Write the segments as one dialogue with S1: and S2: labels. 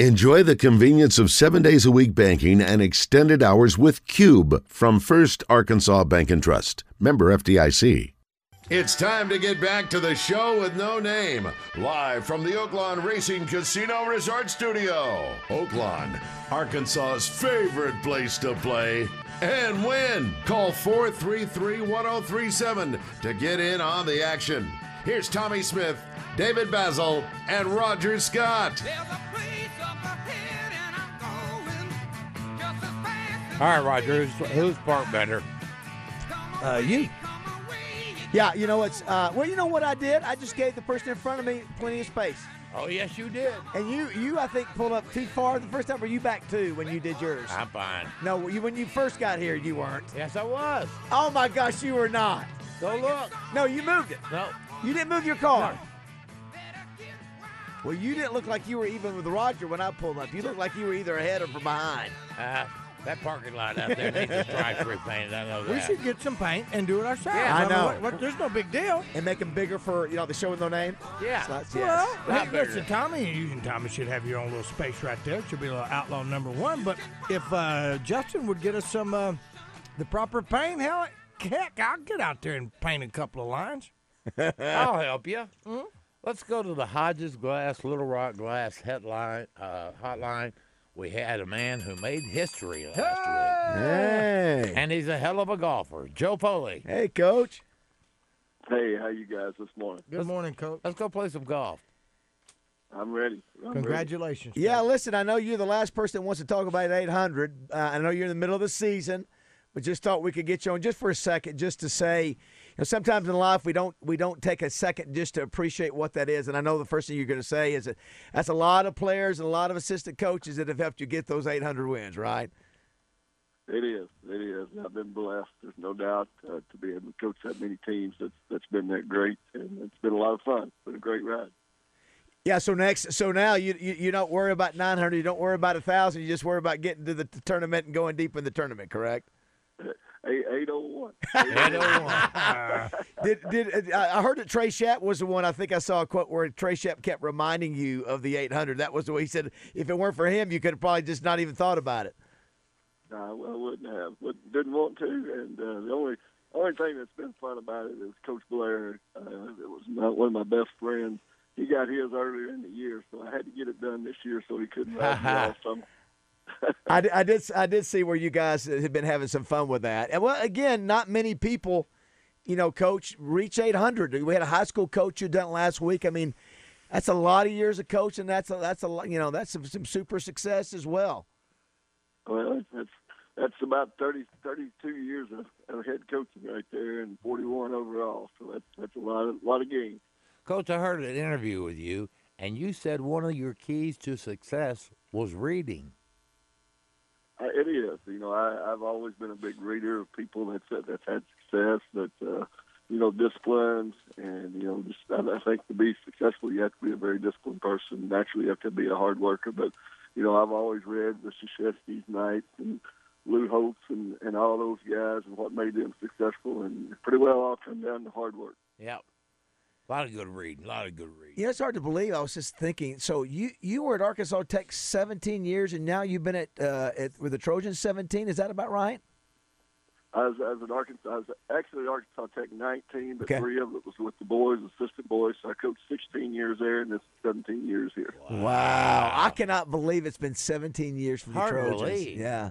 S1: Enjoy the convenience of seven days a week banking and extended hours with Cube from First Arkansas Bank and Trust. Member FDIC.
S2: It's time to get back to the show with no name. Live from the Oaklawn Racing Casino Resort Studio. Oaklawn, Arkansas's favorite place to play and win. Call 433 1037 to get in on the action. Here's Tommy Smith, David Basil, and Roger Scott.
S3: All right, Roger, who's, who's parked better?
S4: Uh, you. Yeah, you know it's uh, well. You know what I did? I just gave the person in front of me plenty of space.
S3: Oh, yes, you did.
S4: And you, you, I think, pulled up too far the first time. Were you back too when you did yours?
S3: I'm fine.
S4: No, you, when you first got here, you weren't.
S3: Yes, I was.
S4: Oh my gosh, you were not.
S3: Go look.
S4: No, you moved it.
S3: No.
S4: You didn't move your car. Well, you didn't look like you were even with Roger when I pulled up. You looked like you were either ahead or from behind.
S3: Uh, that parking lot out there needs a drive-through paint. I know that.
S5: We should get some paint and do it ourselves.
S4: Yeah, I
S5: mean,
S4: know.
S5: what- what- there's no big deal.
S4: And make them bigger for you know the show with no name.
S3: Yeah.
S4: So that's- yes.
S5: Well,
S3: Not
S5: hey,
S3: bigger.
S5: listen, Tommy, you and Tommy should have your own little space right there. It should be a little outlaw number one. But if uh, Justin would get us some uh, the proper paint, hell, heck, I'll get out there and paint a couple of lines.
S3: I'll help you. Let's go to the Hodges Glass, Little Rock Glass headline, uh, hotline. We had a man who made history last week,
S4: Hey.
S3: and he's a hell of a golfer, Joe Foley.
S4: Hey, coach.
S6: Hey, how you guys this morning?
S5: Good morning, Coach.
S3: Let's go play some golf.
S6: I'm ready. I'm ready.
S5: Congratulations.
S4: Yeah,
S5: Coach.
S4: listen, I know you're the last person that wants to talk about 800. Uh, I know you're in the middle of the season, but just thought we could get you on just for a second, just to say, you know, sometimes in life we don't we don't take a second just to appreciate what that is. And I know the first thing you're going to say is that that's a lot of players and a lot of assistant coaches that have helped you get those 800 wins, right?
S6: It is. It is. I've been blessed. There's no doubt uh, to be able to coach that many teams. That's that's been that great, and it's been a lot of fun. It's been a great ride.
S4: Yeah. So next, so now you you, you don't worry about 900, you don't worry about a thousand, you just worry about getting to the t- tournament and going deep in the tournament, correct?
S6: Eight eight oh one.
S4: Did, did uh, I I heard that Trey Shapp was the one? I think I saw a quote where Trey Shapp kept reminding you of the 800. That was the way he said. If it weren't for him, you could have probably just not even thought about it.
S6: I wouldn't have. Would, didn't want to. And uh, the only only thing that's been fun about it is Coach Blair. Uh, it was my, one of my best friends. He got his earlier in the year, so I had to get it done this year, so he couldn't ride me off. So I'm
S4: I, di- I did. I did see where you guys had been having some fun with that. And well, again, not many people, you know, coach reach 800. We had a high school coach who done it last week. I mean, that's a lot of years of coaching. That's a, that's a lot- you know that's some, some super success as well.
S6: Well, that's that's about 30, 32 years of, of head coaching right there, and forty-one overall. So that's that's a lot of lot of games.
S3: Coach, I heard an interview with you, and you said one of your keys to success was reading.
S6: I, Uh, it is, you know. I, I've always been a big reader of people that's that's had success, that uh, you know, disciplines, and you know, just I, I think to be successful, you have to be a very disciplined person. Naturally, you have to be a hard worker, but you know, I've always read the Shashesky's Knights and Lou Holtz and, and all those guys and what made them successful, and pretty well all come down to hard work.
S3: Yep. A lot of good reading. A lot of good reading.
S4: You know, it's hard to believe. I was just thinking. So you you were at Arkansas Tech 17 years, and now you've been at, uh, at with the Trojans 17. Is that about right?
S6: I was, I was at Arkansas. I was actually at Arkansas Tech 19, but
S4: Okay.
S6: three of it was with the boys, assistant boys. So I coached 16 years there, and it's 17 years here.
S4: Wow. I cannot believe it's been 17 years for the
S3: Hard to
S4: Trojans.
S3: believe.
S4: Yeah.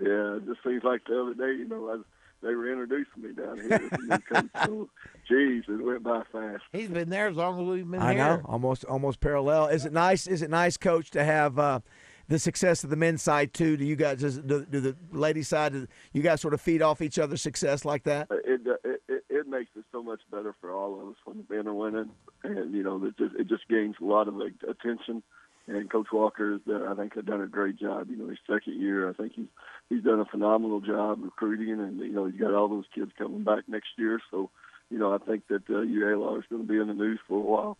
S6: Yeah, it just seems like the other day, you know, I was, they were introducing me down here. and then coach, so, geez, it went by fast.
S3: He's been there as long as we've been
S4: I
S3: here.
S4: know. Almost almost parallel. Is it nice? Is it nice, Coach, to have uh, the success of the men's side too? Do you guys does- do, do the ladies side? Do you guys sort of feed off each other's success like that?
S6: Uh, It, uh, it it it makes it so much better for all of us when the men are winning, and you know, it just it just gains a lot of like, attention. And Coach Walker, is uh, I think, has done a great job. You know, his second year, I think he's he's done a phenomenal job recruiting, and you know, he's got all those kids coming back next year. So, you know, I think that uh, UALR is going to be in the news for a while.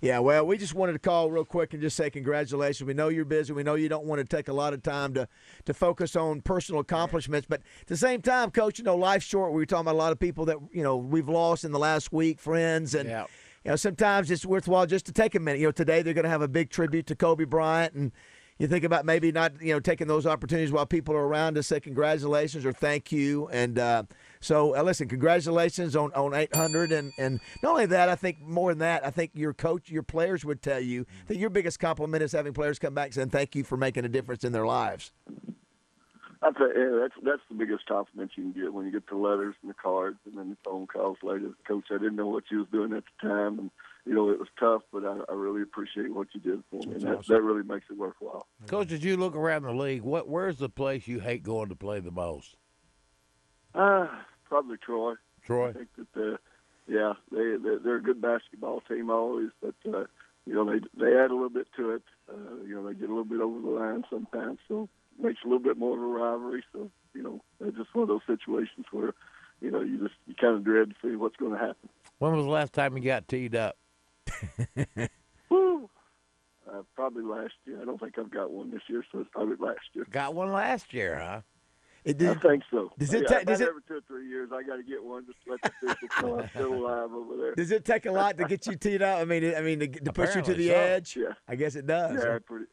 S4: Yeah, well, we just wanted to call real quick and just say congratulations. We know you're busy. We know you don't want to take a lot of time to, to focus on personal accomplishments. But at the same time, Coach, you know, life's short. We were talking about a lot of people that, you know, we've lost in the last week, friends. And,
S3: Yeah.
S4: you know, sometimes it's worthwhile just to take a minute. You know, today they're going to have a big tribute to Kobe Bryant, and you think about maybe not, you know, taking those opportunities while people are around to say congratulations or thank you. And uh, so, uh, listen, congratulations on, on 800. And, and not only that, I think more than that, I think your coach, your players would tell you that your biggest compliment is having players come back saying thank you for making a difference in their lives.
S6: That's a, yeah, that's that's the biggest compliment you can get when you get the letters and the cards and then the phone calls later. Coach, I didn't know what you was doing at the time, and you know it was tough, but I, I really appreciate what you did for me. And that, that really makes it worthwhile.
S3: Coach, as you look around the league, what where's the place you hate going to play the most?
S6: Uh, probably Troy. I
S3: Troy.
S6: think that uh, yeah, they they're, they're a good basketball team always, but uh, you know they they add a little bit to it. Uh, you know they get a little bit over the line sometimes, so it makes it a little bit more of a rivalry. So you know it's just one of those situations where you know you just you kind of dread to see what's going to happen.
S3: When was the last time you got teed up?
S6: Woo! Uh, probably last year. I don't think I've got one this year, so it's probably last year.
S3: Got one last year, huh?
S4: It
S6: I
S4: did,
S6: think so. Oh,
S4: does it
S6: Yeah,
S4: ta-
S6: about
S4: does it-
S6: every two or three years, I got to get one just to let the people know I'm still alive over there.
S4: does it take a lot to get you teed up? I mean, it- I mean, to, get- to push you to
S3: Apparently
S4: the
S3: so.
S4: edge?
S6: Yeah.
S4: I guess it does.
S6: Yeah, it pretty,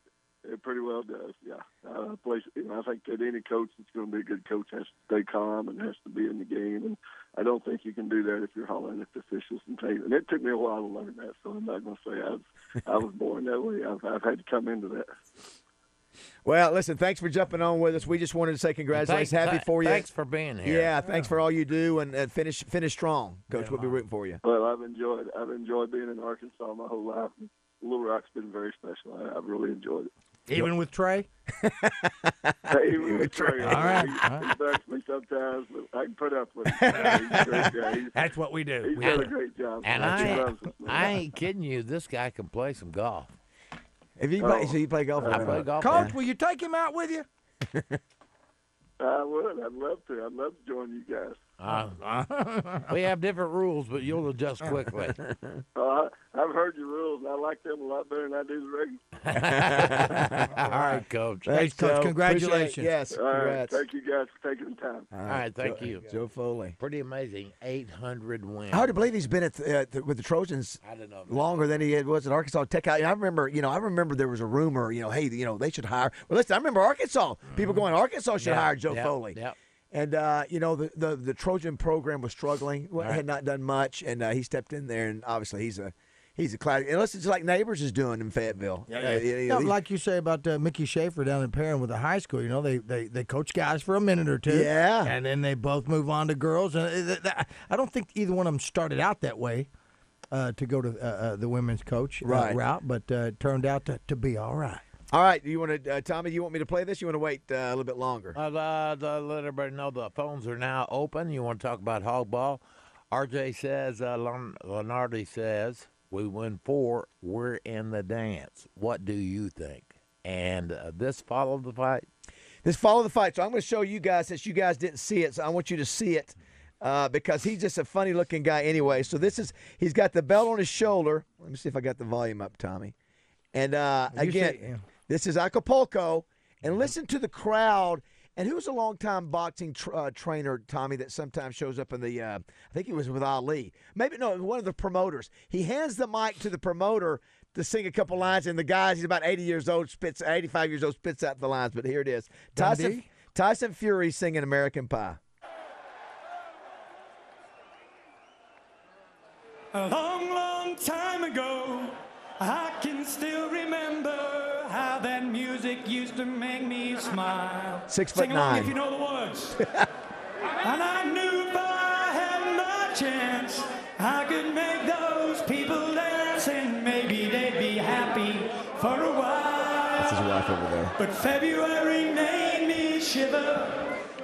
S6: it pretty well does. Yeah, uh, place. You know, I think that any coach that's going to be a good coach has to stay calm and has to be in the game. And I don't think you can do that if you're hollering at the officials and things. And it took me a while to learn that, so I'm not going to say I was, I was born that way. I've, I've had to come into that.
S4: Well, listen, thanks for jumping on with us. We just wanted to say congratulations.
S3: Thank-
S4: Happy
S3: th-
S4: for you.
S3: Thanks for being here.
S4: Yeah, thanks for all you do, and, and finish finish strong, Coach. we'll be rooting for you.
S6: Well, I've enjoyed. I've enjoyed being in Arkansas my whole life. Little Rock's been very special. I, I've really enjoyed it.
S5: Even with Trey?
S6: Hey, he was great.
S5: All right.
S6: He, he bugs me sometimes, but I can put up with it. Uh, he's a great guy. He's,
S5: That's what we do.
S6: he's
S5: We
S6: done
S5: do
S6: a
S5: it.
S6: great job.
S3: And
S6: He
S3: I,
S6: loves us, man.
S3: I ain't kidding you. This guy can play some golf.
S4: If you
S6: Oh.
S4: play, so you play golf. with
S3: I
S4: him.
S3: play golf.
S5: Coach, will you take him out with you?
S6: I would. I'd love to. I'd love to join you guys.
S3: Uh, we have different rules, but you'll adjust quickly.
S6: Uh, I've heard your rules. and I like them a lot better than I do the regular.
S3: All right, Coach.
S5: Thanks, Coach.
S4: Joe.
S5: Congratulations.
S4: Appreciate it. Yes,
S6: All right.
S4: congrats.
S6: Thank you guys for taking the time.
S3: All right, thank you.
S4: Joe Foley.
S3: Pretty amazing. 800 wins.
S4: I hard to believe he's been at the, uh, the, with the Trojans
S3: I don't know. man.
S4: longer than he had- was at Arkansas Tech. I, I remember, you know, I remember there was a rumor, you know, hey, you know, they should hire. Well, listen, I remember Arkansas people going, Arkansas should
S3: Mm-hmm. Yeah,
S4: hire Joe
S3: yeah,
S4: Foley.
S3: yeah.
S4: And uh, you know the, the the Trojan program was struggling, well, had not done much, and uh, he stepped in there, and obviously he's a he's a class. Unless it's like neighbors is doing in Fayetteville. Uh, Yeah,
S5: No, like you say about uh, Mickey Schaefer down in Perrin with the high school, you know, they, they, they coach guys for a minute or two.
S4: Yeah.
S5: And then they both move on to girls. And uh, it- it- that- I don't think either one of them started out that way uh, to go to uh, uh, the women's coach uh,
S4: Right.
S5: route, but uh, it turned out to, to be all right.
S4: All right, you want to, uh, Tommy? You want me to play this? You want to wait uh, a little bit longer?
S3: Uh, the, the, let everybody know the phones are now open. You want to talk about hog ball? RJ says, uh, Lon- Leonardi says, we win four, we're in the dance. What do you think? And uh, this followed the fight.
S4: This follow the fight. So I'm going to show you guys since you guys didn't see it. So I want you to see it uh, because he's just a funny looking guy anyway. So this is he's got the belt on his shoulder. Let me see if I got the volume up, Tommy. And uh,
S5: You
S4: again,
S5: see- yeah.
S4: this is Acapulco, and listen to the crowd. And who was a longtime boxing tr- uh, trainer, Tommy, that sometimes shows up in the? Uh, I think he was with Ali. Maybe no, one of the promoters. He hands the mic to the promoter to sing a couple lines, and the guys, he's about 80 years old, spits 85 years old, spits out the lines. But here it is, Tyson.
S5: Dundee?
S4: Tyson Fury singing American Pie.
S7: A long, long time ago, I can still remember how that music used to make me smile.
S4: Six foot
S7: Sing along
S4: nine.
S7: if you know the words. and I knew if I had my chance, I could make those people dance and maybe they'd be happy for a while.
S4: wife over there.
S7: But February made me shiver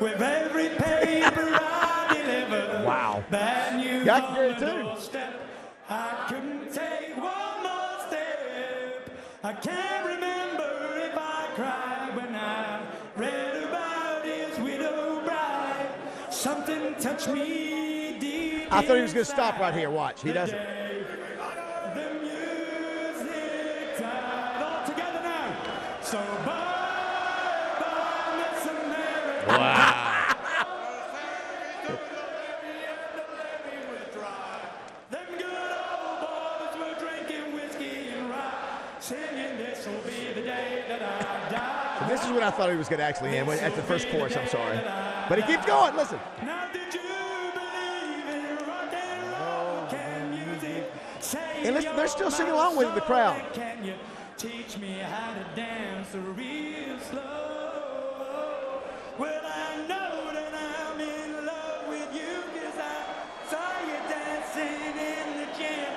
S7: with every paper I deliver. Wow. Bad news
S4: Yeah, I can hear
S7: on
S4: it
S7: the
S4: too.
S7: doorstep. I couldn't take one more step. I can't remember if I cried when I read about his widow bride. Something touched me deep.
S4: I thought he was going to stop right here. Watch, he doesn't.
S7: The music died all together now. So bye bye, Miss America. Wow. Them good old boys
S4: So this is what I thought he was going to actually end with at the first chorus. I'm sorry, but he keeps going. Listen,
S7: Now did you believe in rock and roll? Can music save
S4: And listen, they're still
S7: your
S4: singing along with the
S7: soul?
S4: crowd.
S7: Can you teach me how to dance real slow? Well, I know that I'm in love with you 'cause I saw you dancing in the gym.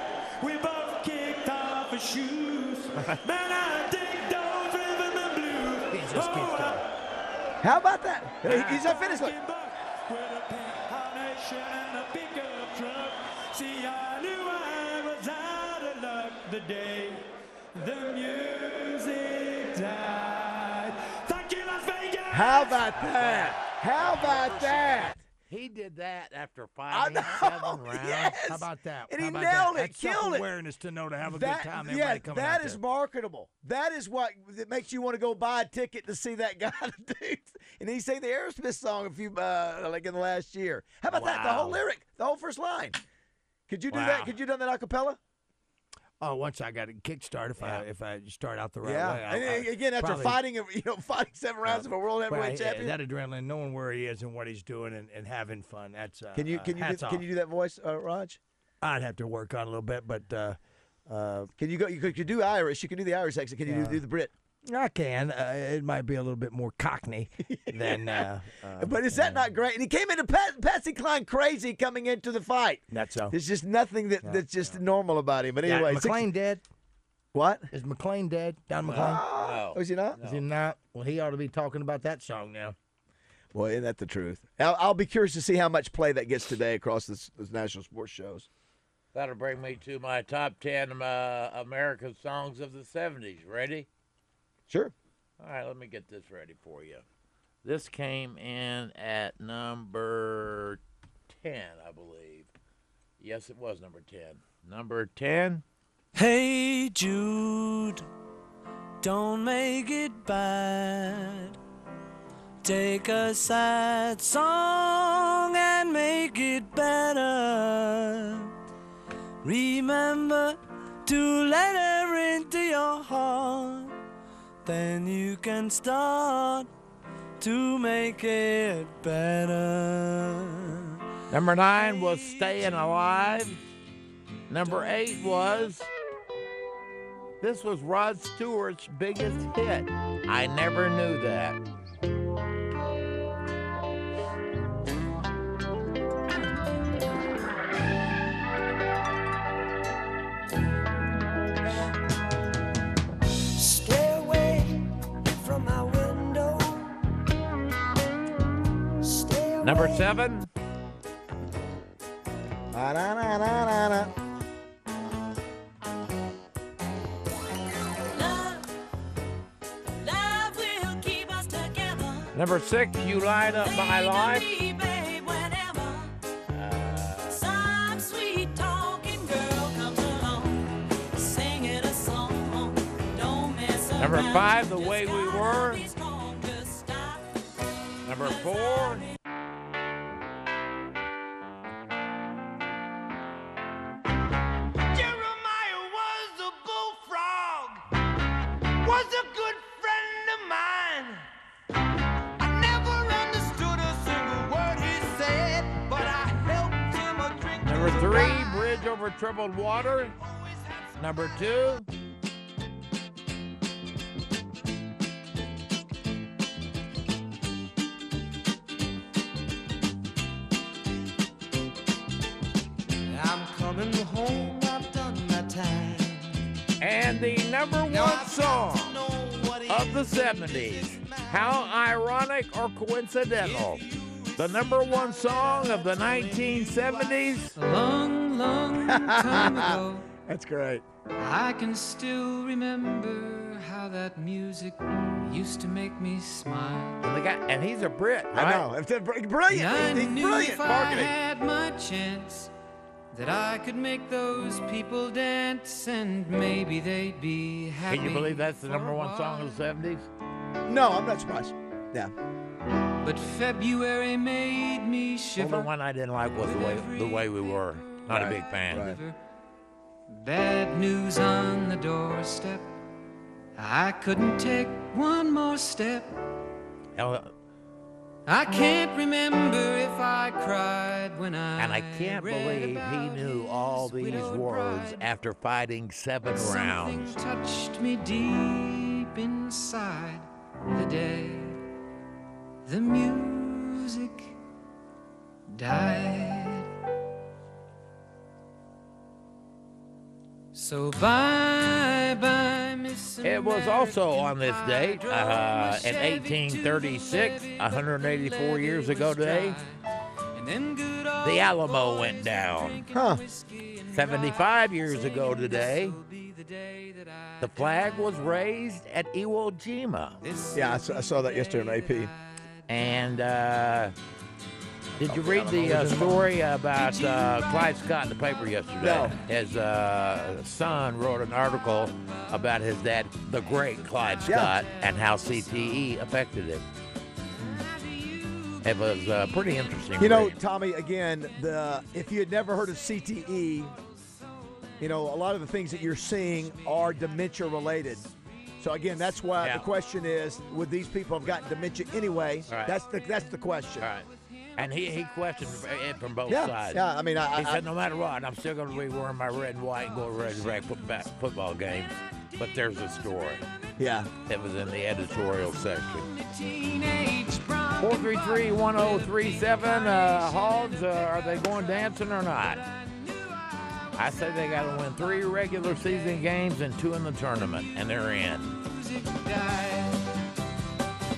S7: We both kicked off our shoes. Man, I dig those rhythm and blues.
S5: He just keeps
S7: I
S5: going.
S4: how about that? He- He's not finished. Look.
S7: the day the music died. Thank you, Las Vegas!
S4: How about that? How about that?
S3: He did that after
S4: I
S3: fighting
S4: know.
S3: seven rounds.
S4: Yes.
S5: How about that?
S4: And
S5: How
S4: he
S5: about
S4: nailed
S5: that?
S4: it,
S5: That's
S4: killed it.
S5: Awareness to know to have a
S4: That-
S5: good time.
S4: yeah,
S5: Everybody coming
S4: that
S5: out
S4: is
S5: there.
S4: marketable. That is what that makes you want to go buy a ticket to see that guy. Dude. And he sang the Aerosmith song a few uh, like in the last year. How about that? The whole
S3: Wow.
S4: lyric, the whole first line. Could you do
S3: Wow.
S4: that? Could you have done that a cappella?
S5: Oh, once I got it kickstart, if I if I start out the right way, I,
S4: And,
S5: I
S4: uh, again, after
S5: probably- Uh,
S4: fighting, a- you know, fighting seven rounds of a world heavyweight
S5: Right, yeah,
S4: champion.
S5: that adrenaline, knowing where he is and what he's doing, and, and having fun. That's uh,
S4: can you
S5: uh,
S4: can you
S5: hats
S4: do,
S5: off.
S4: can you do that voice, uh, Raj?
S5: I'd have to work on it a little bit, but uh, uh,
S4: Can you go? You could, you do Irish. You can do the Irish accent. Can you do, do the Brit?
S5: I can. Uh, it might be a little bit more cockney than. Uh, uh,
S4: But is that not great? And he came into Pat, Patsy Cline crazy coming into the fight.
S5: that's so.
S4: There's just nothing that, that's just normal about him. But
S5: Yeah,
S4: anyway, six-
S5: McLean dead?
S4: what?
S5: Is McLean dead? Don McLean?
S3: No.
S4: Oh, is he not?
S5: Is he not? Well, he ought to be talking about that song now.
S4: Well, isn't that the truth? I'll, I'll be curious to see how much play that gets today across the s- the national sports shows.
S3: That'll bring me to my top 10 uh, American songs of the 70s. Ready?
S4: Sure.
S3: All right, let me get this ready for you. This came in at number 10, I believe. Yes, it was number 10. Number 10?
S8: Hey Jude, don't make it bad. Take a sad song and make it better. Remember to let her into your heart. Then you can start to make it better.
S3: Number 9 was Staying Alive. Number 8 was. This was Rod Stewart's biggest hit. I never knew that.
S8: Stay away from my window. Stay away.
S3: Number 7?
S4: Ba-da-da-da-da-da.
S9: Love, love will keep us together.
S3: Number 6, You Light Up My
S9: Think of
S3: Life.
S9: me, babe, whenever some sweet talking girl comes along, singing a song. Don't mess
S3: Number
S9: around.
S3: five, The
S9: Just
S3: Way We
S9: gotta
S3: Were.
S9: be strong, just stop.
S3: Number 4?
S7: Jeremiah was a bullfrog, was a good friend of mine. I never understood a single word he said, but I helped him a drink. to
S3: Number
S7: the
S3: three,
S7: wine.
S3: Bridge Over Troubled Water.
S7: Always had some
S3: Number two,
S8: I'm coming home. I've done my time.
S3: and the number one song
S8: Know what it
S3: of the 70s. How ironic or coincidental. The number one song of the 1970s.
S8: long, long time ago.
S4: That's great.
S8: I can still remember how that music used to make me smile.
S3: And, the guy, and he's a Brit, right?
S4: I know. It's a br-
S8: I
S4: brilliant. It's
S8: knew
S4: brilliant
S8: if I
S4: marketing.
S8: had my chance that I could make those people dance and maybe they'd be happy.
S3: Can you believe that's the
S8: for
S3: number
S8: a
S3: one song
S8: while.
S3: of the 70s?
S4: No, I'm not surprised. Yeah.
S8: But February made me
S3: Well, the
S8: shiver.
S3: one I didn't like was the way the way we were. Not a big fan.
S4: Right.
S8: Bad news on the doorstep. I couldn't take one more step.
S3: Hell,
S8: I can't remember if I cried when I.
S3: And I can't
S8: read
S3: believe he
S8: about
S3: knew all these
S8: his widowed
S3: words
S8: bride.
S3: after fighting seven
S8: Something
S3: rounds.
S8: touched me deep inside the day the music died. So bye bye, Miss
S3: It was also
S8: American
S3: on this
S8: Pie. I
S3: date,
S8: drove
S3: uh,
S8: my
S3: in
S8: Chevy to the
S3: 1836,
S8: levee, but the
S3: 184 years
S8: levee
S3: ago
S8: was
S3: today,
S8: dry. And them good
S3: the
S8: old
S3: Alamo went
S8: boys
S3: down.
S8: drinking
S4: Huh.
S8: whiskey and
S3: 75 years
S8: Singing,
S3: ago today,
S8: "This'll be the day that I
S3: the flag was raised at Iwo Jima.
S4: Yeah, I saw, I saw that yesterday on AP.
S3: And uh, did you read the uh, story about uh, Clyde Scott in the paper yesterday?
S4: No.
S3: His uh, son wrote an article about his dad, the great Clyde
S4: Yeah.
S3: Scott, and how CTE affected him. It was uh, pretty interesting.
S4: You know,
S3: read.
S4: Tommy, again, the if you had never heard of CTE, you know, a lot of the things that you're seeing are dementia related. So again, that's why
S3: Yeah.
S4: the question is: Would these people have gotten dementia anyway?
S3: Right.
S4: That's the that's the question.
S3: All right. And he, he questioned it from both
S4: Yeah,
S3: sides.
S4: yeah. I mean, I,
S3: He
S4: I,
S3: said, no matter what, I'm still going to be wearing my red and white and go to Red and Black foot- back- football games. But there's a story.
S4: yeah.
S3: It was in the editorial section.
S8: the teenage bride
S3: 433-1037. Uh, Hogs, uh, are they going dancing or not? I say they got to win three regular season games and two in the tournament, and they're in.
S8: music died.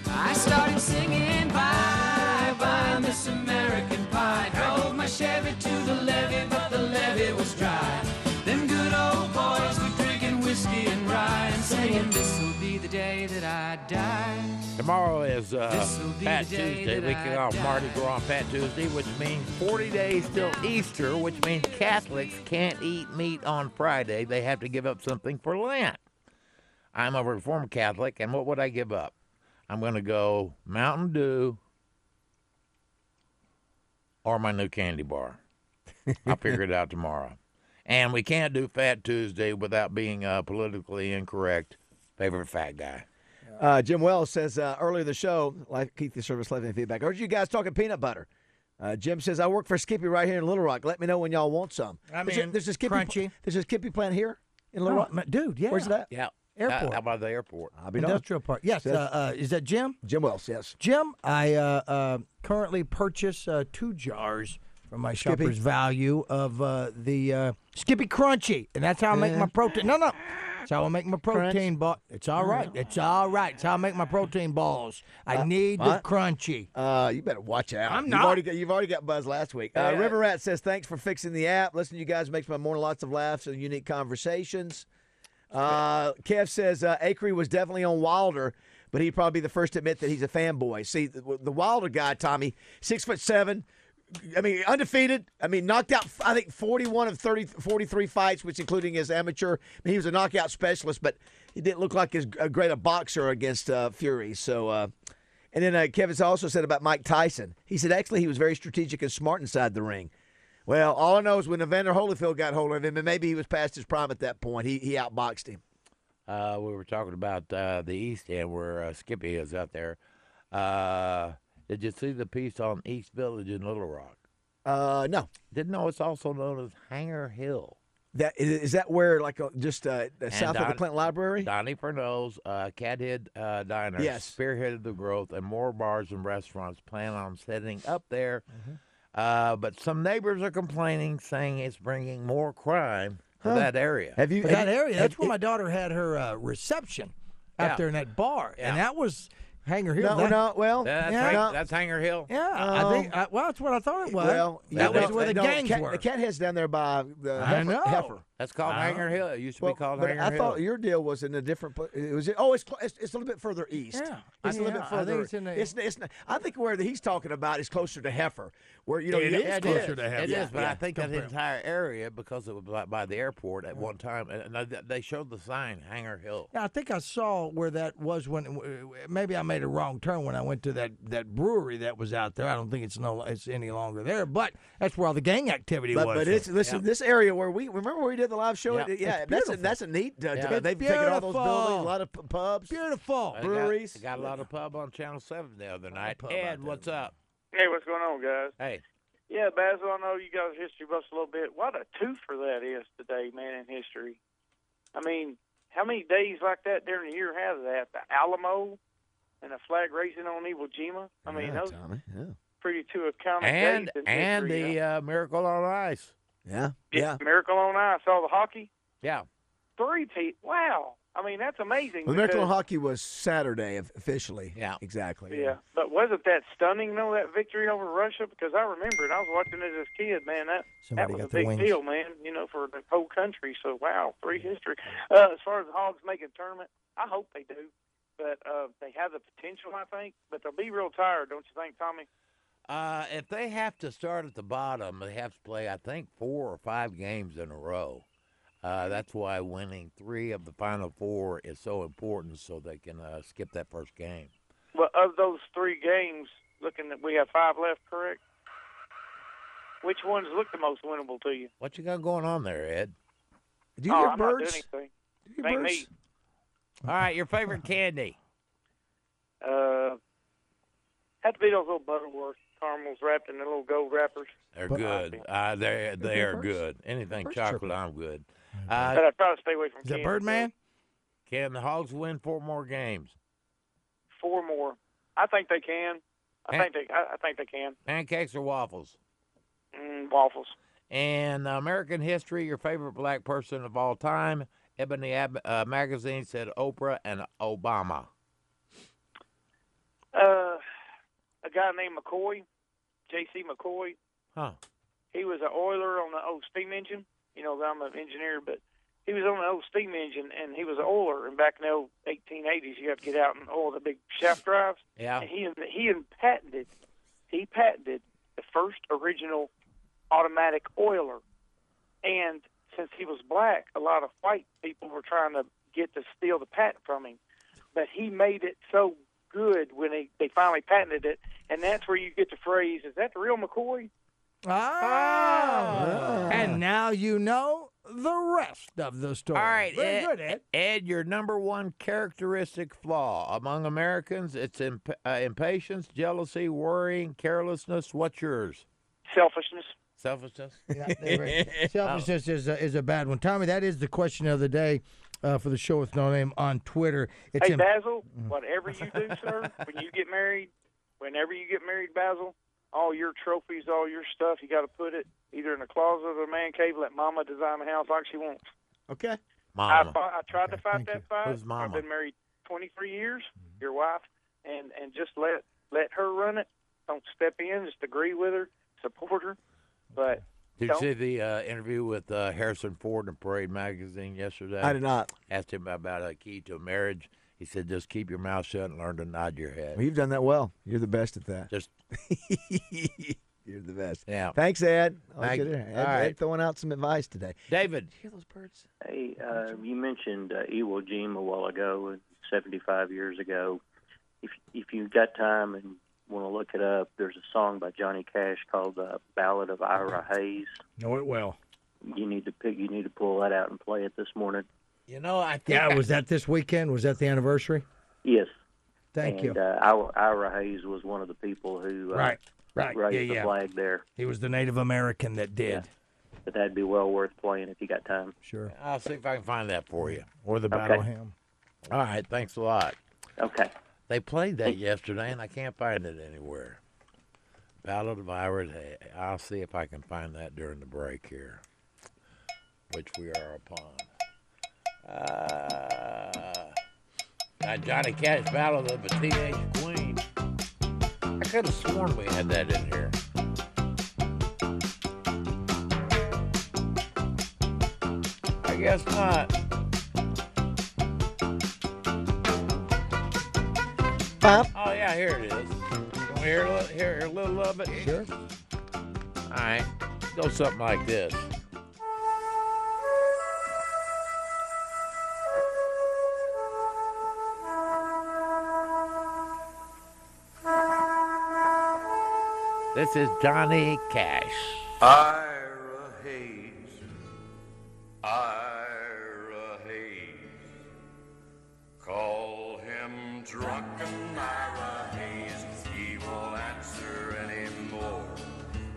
S8: I started singing bye bye, Miss American Pie. Drove my Chevy to the levee, but the levee was dry. Them good old boys were drinking whiskey and rye and saying, This'll be the day that I die.
S3: Tomorrow is uh,
S8: This'll be
S3: Fat
S8: the day
S3: Tuesday.
S8: that
S3: We kick
S8: I
S3: off
S8: die.
S3: Mardi Gras on Fat Tuesday, which means 40 days till Easter, which means Catholics can't eat meat on Friday. They have to give up something for Lent. I'm a Reformed Catholic, and what would I give up? I'm going to go Mountain Dew or my new candy bar. I'll figure it out tomorrow. And we can't do Fat Tuesday without being uh, politically incorrect. Favorite fat guy.
S4: Uh, Jim Wells says uh, earlier in the show, like Keith, the service left any feedback. I heard you guys talking peanut butter. Uh, Jim says, I work for Skippy right here in Little Rock. Let me know when y'all want some.
S5: I
S4: There's a-
S5: mean,
S4: there's a Skippy.
S5: crunchy.
S4: There's a Skippy plant here in Little
S5: Oh,
S4: Rock.
S5: ma- dude, yeah.
S4: Where's that?
S3: Yeah.
S5: Airport.
S3: How about the airport?
S4: I'll be darned.
S5: Industrial Park. Yes. Uh, uh, is that Jim?
S4: Jim Wells, yes.
S5: Jim, I uh, uh, currently purchase uh, two jars from my shopper's value of uh, the uh, Skippy Crunchy, and that's how I make my protein. No, no, that's how I make my protein ball. It's all right. It's all right. It's how I make my protein balls. I need
S4: Uh, what?
S5: the crunchy.
S4: Uh, you better watch out.
S5: I'm
S4: you've
S5: not.
S4: Already got, you've already got buzz last week. Uh, River Rat says, thanks for fixing the app. Listen to you guys makes my morning lots of laughs and unique conversations. Uh, Kev says, uh, Acree was definitely on Wilder, but he'd probably be the first to admit that he's a fanboy. See, the, the Wilder guy, Tommy, six foot seven. I mean, undefeated. I mean, knocked out, I think, 41 of 30, 43 fights, which including his amateur. I mean, he was a knockout specialist, but he didn't look like as g- great a boxer against uh, Fury. So, uh, and then uh, Kevin also said about Mike Tyson. He said actually he was very strategic and smart inside the ring. Well, all I know is when Evander Holyfield got hold of him, and maybe he was past his prime at that point. He he outboxed him.
S3: Uh, we were talking about uh, the East End where uh, Skippy is out there. Uh, did you see the piece on East Village in Little Rock?
S4: Uh, no,
S3: Didn't know it's also known as Hanger Hill.
S4: that is, is that where like uh, just uh, south of the
S3: Don-
S4: Clinton Library.
S3: Donnie Fernow's uh, Cathead uh, Diner
S4: Yes.
S3: spearheaded the growth, and more bars and restaurants plan on setting up there.
S4: Mm-hmm.
S3: Uh, but some neighbors are complaining, saying it's bringing more crime to that area.
S4: Have you?
S5: But
S4: have
S5: that
S4: you-
S5: area.
S4: have
S5: That's where my daughter had her uh, reception out
S3: Yeah.
S5: there in that bar, and
S3: Yeah.
S5: that was Hanger Hill.
S4: you- no,
S5: that,
S4: no. Well,
S3: Yeah, that's,
S5: Yeah.
S3: Hang-
S4: No. Uh,
S3: that's Hanger Hill.
S5: Yeah, I think. I, well, that's what I thought it was.
S4: well, you
S5: that
S4: know,
S5: was where the
S4: no,
S5: gangs
S4: cat,
S5: were.
S4: The cat head's down there by the
S5: I
S4: heifer.
S5: know.
S4: heifer.
S3: That's called
S5: Uh-huh.
S3: Hanger Hill. It used to
S4: Well,
S3: be called
S4: but
S3: Hanger
S4: I
S3: Hill.
S4: thought your deal was in a different place. It was oh, it's, cl- it's it's a little bit further east.
S5: Yeah,
S4: it's a little
S5: yeah,
S4: bit
S5: I think
S4: further.
S5: it's in the-
S4: it's, it's not- I think where the, he's talking about is closer to Heifer, where you know
S5: It
S4: you-
S5: is
S4: yeah,
S5: closer
S3: It
S5: to Heifer.
S3: is,
S5: Yeah,
S3: but
S5: yeah.
S3: I think that
S5: Compare.
S3: entire area, because it was by, by the airport at one time, and and they- they showed the sign Hanger Hill.
S5: Yeah, I think I saw where that was when. Maybe I made a wrong turn when I went to that, that brewery that was out there. I don't think it's no it's any longer there, but that's where all the gang activity
S4: But
S5: was.
S4: but it's listen, this area where we remember where we did the live show.
S3: Yeah.
S4: Yeah, yeah
S5: It's
S4: that's a,
S5: beautiful.
S4: that's a neat. Uh,
S3: Yeah.
S4: They've
S5: It's
S4: taken all those buildings, a
S5: beautiful.
S4: lot of p- pubs.
S5: Beautiful.
S3: I got-
S4: breweries.
S3: I got, a lot of pub on Channel 7 the other night.
S4: pub out
S3: Ed,
S4: there.
S3: what's up?
S10: Hey, what's going on, guys?
S3: Hey,
S10: Yeah, Basil, I know you guys are history buffs a little bit. What a twofer that is today, man, in history. I mean, how many days like that during the year have that? The Alamo and the flag raising on Iwo Jima. I mean,
S4: yeah,
S10: those are
S4: Tommy. Yeah.
S10: pretty two of common
S3: and
S10: days in
S3: and
S10: history,
S3: the uh, Miracle on Ice.
S4: Yeah.
S10: huh? Miracle on Ice, all the hockey
S3: Yeah,
S10: three peat. Wow, I mean that's amazing.
S4: Well, the Miracle
S10: because-
S4: on Hockey was Saturday of- officially.
S3: Yeah.
S4: Exactly.
S10: Yeah, but wasn't that stunning though that victory over Russia? Because I remember it. I was watching it as a kid, man. That
S5: Somebody
S10: that was
S5: got
S10: a
S5: their
S10: big
S5: wings.
S10: deal, man. You know, for the whole country. So wow, three history. Uh, as far as the Hogs making tournament, I hope they do. But uh, they have the potential, I think. But they'll be real tired, don't you think, Tommy?
S3: Uh, if they have to start at the bottom, they have to play, I think, four or five games in a row. Uh, that's why winning three of the final four is so important, so they can uh, skip that first game.
S10: Well, of those three games, looking that we have five left, correct? Which ones look the most winnable to you?
S3: What you got going on there, Ed?
S4: Do you
S10: oh,
S4: hear
S10: I'm not
S4: birds?
S10: doing anything.
S4: Do you
S10: Ain't
S4: hear birds?
S10: me.
S3: All right, your favorite candy?
S10: Uh, had to be those little Butterworth caramels wrapped in the little gold wrappers.
S3: They're
S5: But-
S3: good. Uh, they they are
S5: birds?
S3: good. Anything
S5: Birds
S3: chocolate,
S5: chirping.
S3: I'm good. Uh,
S10: But I try to stay away from
S5: Is that
S10: candy.
S5: Birdman?
S3: Can the Hogs win four more games?
S10: Four more. I think they can. I
S3: Eh.
S10: think they. I, I think they can.
S3: Pancakes or waffles?
S10: Mm, waffles.
S3: And American history, your favorite black person of all time. Ebony Ab- uh, magazine said Oprah and Obama.
S10: Uh, a guy named McCoy, J.C. McCoy.
S3: Huh.
S10: He was an oiler on the old steam engine. You know, I'm an engineer, but he was on the old steam engine, and he was an oiler. And back in the old 1880s, you have to get out and oil the big shaft drives.
S3: Yeah.
S10: And he he patented he patented the first original automatic oiler, and since he was black, a lot of white people were trying to get to steal the patent from him, but he made it so good when they they finally patented it, and that's where you get the phrase, "Is that the real McCoy?"
S5: Ah. And now you know the rest of the story.
S3: All right,
S5: Very
S3: Ed,
S5: good, Ed.
S3: Ed, your number one characteristic flaw among Americans, it's imp- uh, impatience, jealousy, worrying, carelessness. What's yours?
S10: Selfishness.
S3: Selfishness.
S5: Selfishness is a, is a bad one, Tommy. That is the question of the day uh, for the show with no name on Twitter. It's Mm-hmm.
S10: Hey
S5: im-
S10: Basil, whatever you do, sir, when you get married, whenever you get married, Basil, all your trophies, all your stuff, you got to put it either in the closet or the man cave. Let Mama design the house like she wants.
S4: Okay.
S10: I,
S3: Mama.
S10: fought, I tried to fight
S5: thank
S10: that
S5: you. Mm-hmm.
S10: fight.
S3: Oh. Who's
S10: I've
S3: Mama?
S10: been married 23 years, your wife, and and just let let her run it. Don't step in. Just agree with her, support her. But
S3: Did you
S10: Don't-
S3: see the uh, interview with uh, Harrison Ford in Parade magazine yesterday?
S4: I did not.
S3: Asked him about a key to marriage. He said, "Just keep your mouth shut and learn to nod your
S4: Well,
S3: head."
S4: you've done that well. You're the best at that.
S3: Just
S4: You're the best.
S3: yeah,
S4: Thanks, Ed. Oh,
S3: Thank-
S4: good. Ed,
S3: all
S4: Ed
S3: right.
S4: throwing out some advice today.
S3: David.
S11: Hey, uh, you mentioned uh, Iwo Jima a while ago, 75 years ago. If if you've got time and want to look it up, there's a song by Johnny Cash called uh, "Ballad of Ira Hayes."
S5: know it well.
S11: You need to pick. You need to pull that out and play it this morning.
S3: You know, I think
S5: Yeah, was that this weekend? Was that the anniversary?
S11: Yes,
S5: Thank
S11: and,
S5: you.
S11: Uh, Ira, Ira Hayes was one of the people who uh,
S5: right, right.
S11: raised
S5: Yeah,
S11: the
S5: yeah.
S11: flag there.
S5: He was the Native American that did.
S11: But that'd be well worth playing if you got time.
S5: Sure.
S3: I'll see if I can find that for you.
S5: Or the Battle of Ham.
S3: All right, thanks a lot.
S11: Okay.
S3: They played that yesterday, and I can't find it anywhere. Ballad of Ira. Hay- I'll see if I can find that during the break here, which we are upon. Uh, now Johnny Cash, Ballad of a Teenage Queen. I could have sworn we had that in here. I guess not. Oh yeah, here it is. Can we hear a little, hear, hear a little of it? Sure. All right, go something like this. This is Johnny Cash.
S7: Ira Hayes, I
S12: Myra Hayes, he won't answer anymore.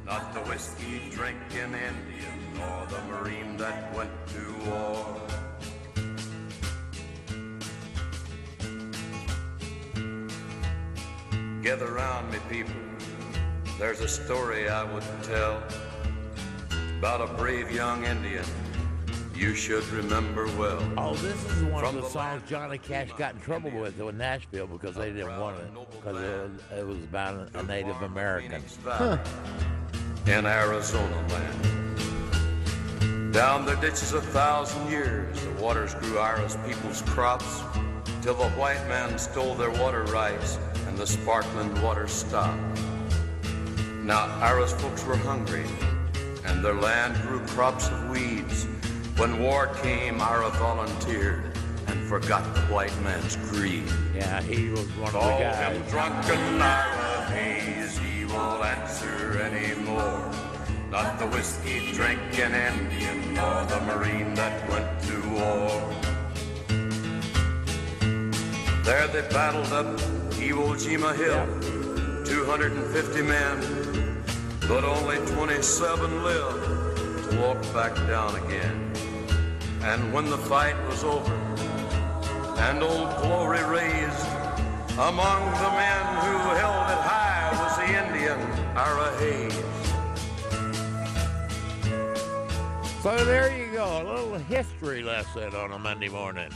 S12: Not the whiskey drinking Indian, nor the Marine that went to war. Gather round me, people. There's a story I would tell about a brave young Indian you should remember well.
S3: Oh, this is one
S12: From
S3: of the,
S12: the
S3: songs Johnny Cash got in trouble with in Nashville because they didn't want it because it, it was about a Native American.
S12: Huh. in Arizona land. Down the ditches a thousand years, the waters grew Ira's people's crops, till the white man stole their water rights and the sparkling water stopped. Now Ira's folks were hungry, and their land grew crops of weeds. When war came, Ira volunteered and forgot the white man's greed.
S3: Yeah, he was one of the
S12: Call
S3: guys.
S12: him drunken Ira Hayes, he won't answer anymore. Not the whiskey drinking Indian, nor the Marine that went to war. There they battled up Iwo Jima Hill, 250 men, but only 27 lived to walk back down again. And when the fight was over, and old glory raised, among the men who held it high was the Indian Ira Hayes.
S3: So there you go, a little history lesson on a Monday morning.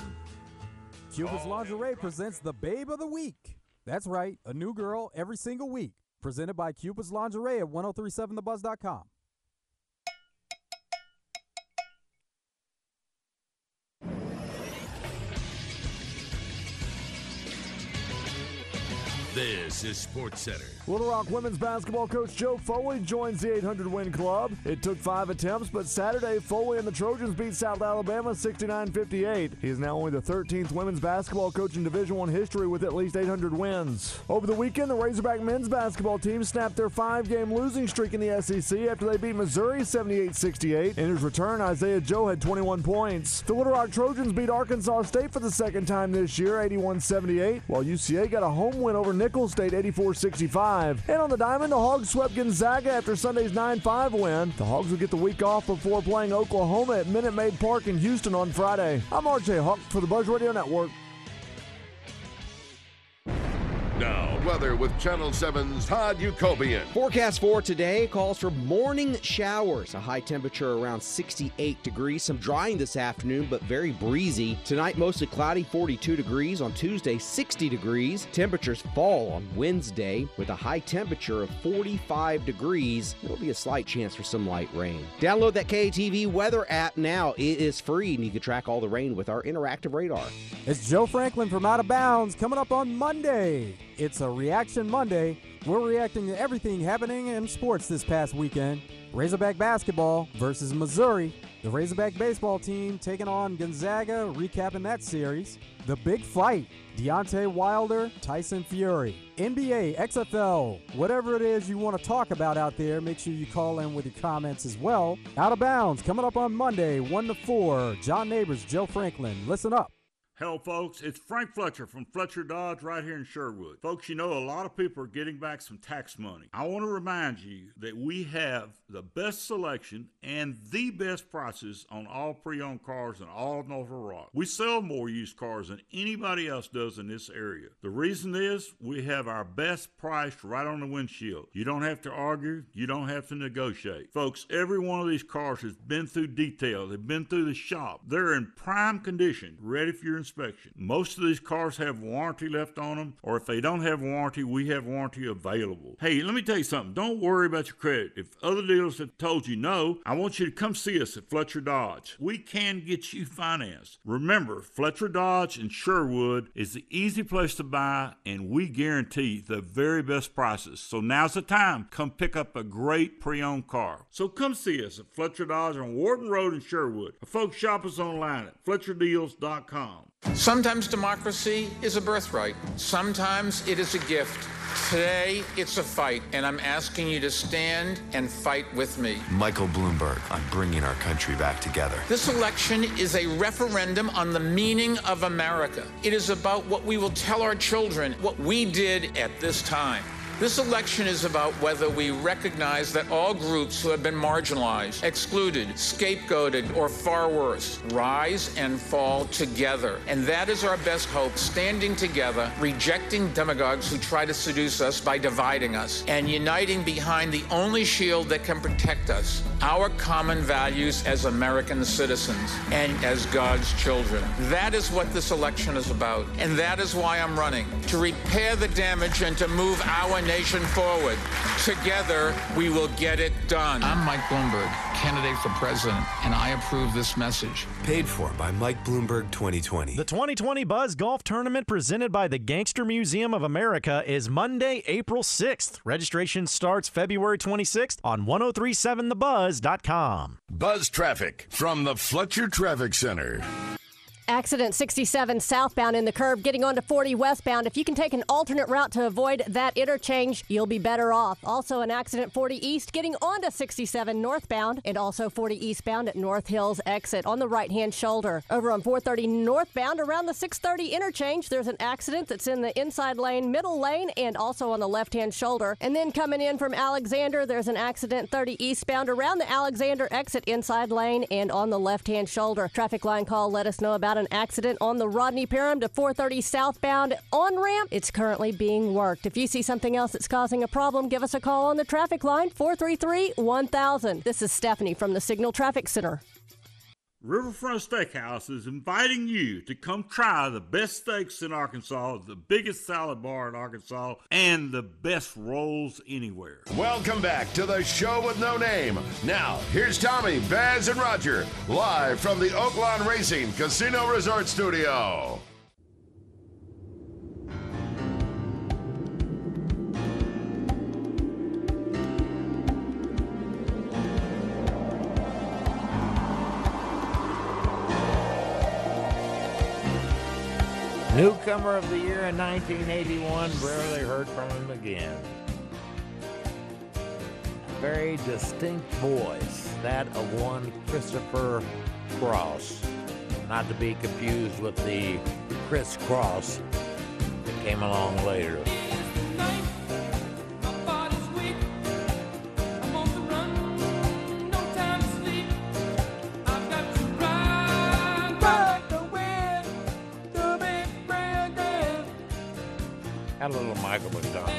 S13: Cupid's Lingerie presents the Babe of the Week. That's right, a new girl every single week. Presented by Cupid's Lingerie at 1037thebuzz.com.
S14: This is Sports Center.
S15: Little Rock women's basketball coach Joe Foley joins the 800 win club. It took five attempts, but Saturday, Foley and the Trojans beat South Alabama 69 58. He is now only the 13th women's basketball coach in Division One history with at least 800 wins. Over the weekend, the Razorback men's basketball team snapped their five game losing streak in the SEC after they beat Missouri 78 68. In his return, Isaiah Joe had 21 points. The Little Rock Trojans beat Arkansas State for the second time this year, 81 78, while UCA got a home win over Nicholls State 84 65. And on the diamond, the Hogs swept Gonzaga after Sunday's 9 5 win. The Hogs will get the week off before playing Oklahoma at Minute Maid Park in Houston on Friday. I'm RJ Hawk for the Buzz Radio Network.
S2: Now, weather with Channel 7's Todd Yukobian.
S16: Forecast for today calls for morning showers, a high temperature around 68 degrees, some drying this afternoon, but very breezy. Tonight, mostly cloudy, 42 degrees. On Tuesday, 60 degrees. Temperatures fall on Wednesday with a high temperature of 45 degrees. There'll be a slight chance for some light rain. Download that KATV weather app now. It is free, and you can track all the rain with our interactive radar.
S13: It's Joe Franklin from Out of Bounds coming up on Monday. It's a Reaction Monday. We're reacting to everything happening in sports this past weekend. Razorback basketball versus Missouri. The Razorback baseball team taking on Gonzaga, recapping that series. The big fight Deontay Wilder, Tyson Fury. NBA, XFL, whatever it is you want to talk about out there, make sure you call in with your comments as well. Out of Bounds coming up on Monday, 1 to 4. John Neighbors, Joe Franklin. Listen up.
S17: Hello, folks. It's Frank Fletcher from Fletcher Dodge right here in Sherwood. Folks, you know a lot of people are getting back some tax money. I want to remind you that we have the best selection and the best prices on all pre owned cars in all of Northern Rock. We sell more used cars than anybody else does in this area. The reason is we have our best price right on the windshield. You don't have to argue, you don't have to negotiate. Folks, every one of these cars has been through detail, they've been through the shop, they're in prime condition, ready for your inspection. Most of these cars have warranty left on them, or if they don't have warranty, we have warranty available. Hey, let me tell you something. Don't worry about your credit. If other dealers have told you no, I want you to come see us at Fletcher Dodge. We can get you financed. Remember, Fletcher Dodge in Sherwood is the easy place to buy, and we guarantee the very best prices. So now's the time. Come pick up a great pre-owned car. So come see us at Fletcher Dodge on Warden Road in Sherwood. Folks, shop us online at FletcherDeals.com.
S18: Sometimes democracy is a birthright, sometimes it is a gift. Today, it's a fight, and I'm asking you to stand and fight with me.
S19: Michael Bloomberg on bringing our country back together.
S18: This election is a referendum on the meaning of America. It is about what we will tell our children, what we did at this time. This election is about whether we recognize that all groups who have been marginalized, excluded, scapegoated, or far worse rise and fall together. And that is our best hope standing together, rejecting demagogues who try to seduce us by dividing us, and uniting behind the only shield that can protect us our common values as American citizens and as God's children. That is what this election is about. And that is why I'm running to repair the damage and to move our nation forward. Together, we will get it done. I'm Mike Bloomberg, candidate for president, and I approve this message.
S19: Paid for by Mike Bloomberg 2020.
S20: The 2020 Buzz Golf Tournament presented by the Gangster Museum of America is Monday, April 6th. Registration starts February 26th on 1037thebuzz.com.
S2: Buzz traffic from the Fletcher Traffic Center.
S21: Accident 67 southbound in the curve, getting onto 40 westbound. If you can take an alternate route to avoid that interchange, you'll be better off. Also, an accident 40 east, getting onto 67 northbound, and also 40 eastbound at North Hills exit on the right hand shoulder. Over on 430 northbound, around the 630 interchange, there's an accident that's in the inside lane, middle lane, and also on the left hand shoulder. And then coming in from Alexander, there's an accident 30 eastbound around the Alexander exit, inside lane, and on the left hand shoulder. Traffic line call, let us know about an accident on the Rodney Parham to 430 southbound on ramp. It's currently being worked. If you see something else that's causing a problem, give us a call on the traffic line 433 1000. This is Stephanie from the Signal Traffic Center.
S17: Riverfront Steakhouse is inviting you to come try the best steaks in Arkansas, the biggest salad bar in Arkansas, and the best rolls anywhere.
S2: Welcome back to the show with no name. Now, here's Tommy, Baz, and Roger live from the Oaklawn Racing Casino Resort Studio.
S3: Newcomer of the year in 1981, rarely heard from him again. A very distinct voice, that of one Christopher Cross. Not to be confused with the Chris Cross that came along later. Had a little Michael McDonald.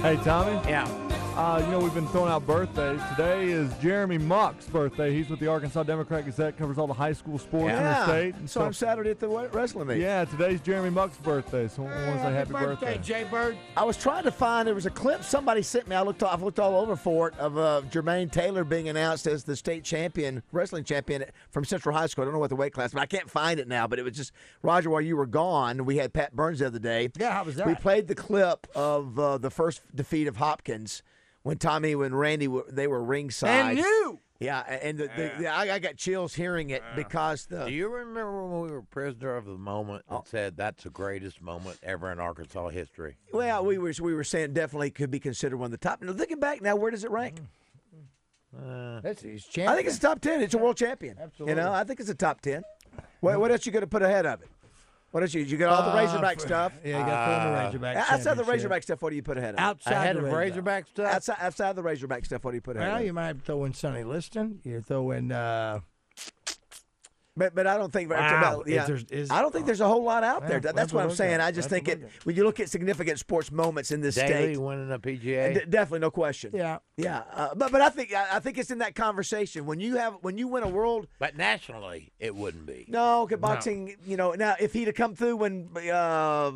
S15: Hey, Tommy.
S3: Yeah.
S15: Uh, you know, we've been throwing out birthdays. Today is Jeremy Mock's birthday. He's with the Arkansas Democrat Gazette, covers all the high school sports in the state. and
S4: So I'm Saturday at the wa- wrestling meet.
S15: Yeah, today's Jeremy Mock's birthday, so I want to say happy birthday.
S4: Jay Bird. I was trying to find there was a clip somebody sent me. I looked I've looked all over for it of uh, Jermaine Taylor being announced as the state champion, wrestling champion from Central High School. I don't know what the weight class, but I can't find it now. But it was just Roger. While you were gone, we had Pat Burns the other day. Yeah, how was
S5: that?
S4: We played the clip of uh, the first defeat of Hopkins when Tommy, when Randy, were, they were ringside.
S3: And you!
S4: Yeah, a- and the, the,
S3: Yeah.
S4: the, I, I got chills hearing it because the
S3: Uh,
S4: Oh.
S3: Do you remember when we were prisoner of the moment and said that's the greatest moment ever in Arkansas history?
S4: Well, we were we were saying definitely could be considered one of the top. Now, looking back now, where does it rank?
S5: That's he's
S4: Uh, I think it's top ten. It's a world champion. You know,
S5: Mm, Absolutely.
S4: I think it's a top ten. What, what else you going to put ahead of it? What else you you got all the
S5: Uh,
S4: Razorback
S5: for-
S4: stuff? Uh,
S5: yeah, you gotta throw in the Razorback
S4: Outside the
S5: championship.
S4: Razorback stuff, what do you put ahead of it?
S5: Outside Ahead the of Razorback.
S4: Razorback stuff. Outside, outside the Razorback stuff, what do you put ahead?
S5: Well,
S4: of it?
S5: you might throw in Sonny Liston. You throw in. Uh,
S4: But but I don't think
S5: Wow.
S4: yeah.
S5: Is there- is-
S4: I don't think there's a whole lot out there.
S5: Well,
S4: That's
S5: that's
S4: what
S5: a
S4: I'm
S5: look
S4: saying.
S5: at.
S4: I just
S5: That's a
S4: think it when you look at significant sports moments in this
S3: Daly
S4: state,
S3: winning a PGA.
S4: D- definitely, no question.
S5: Yeah.
S4: yeah. Uh, but but I think I, I think it's in that conversation when you have when you win a world.
S3: But nationally, it wouldn't be.
S4: No, 'cause boxing. You know, now if he'd have come through when uh,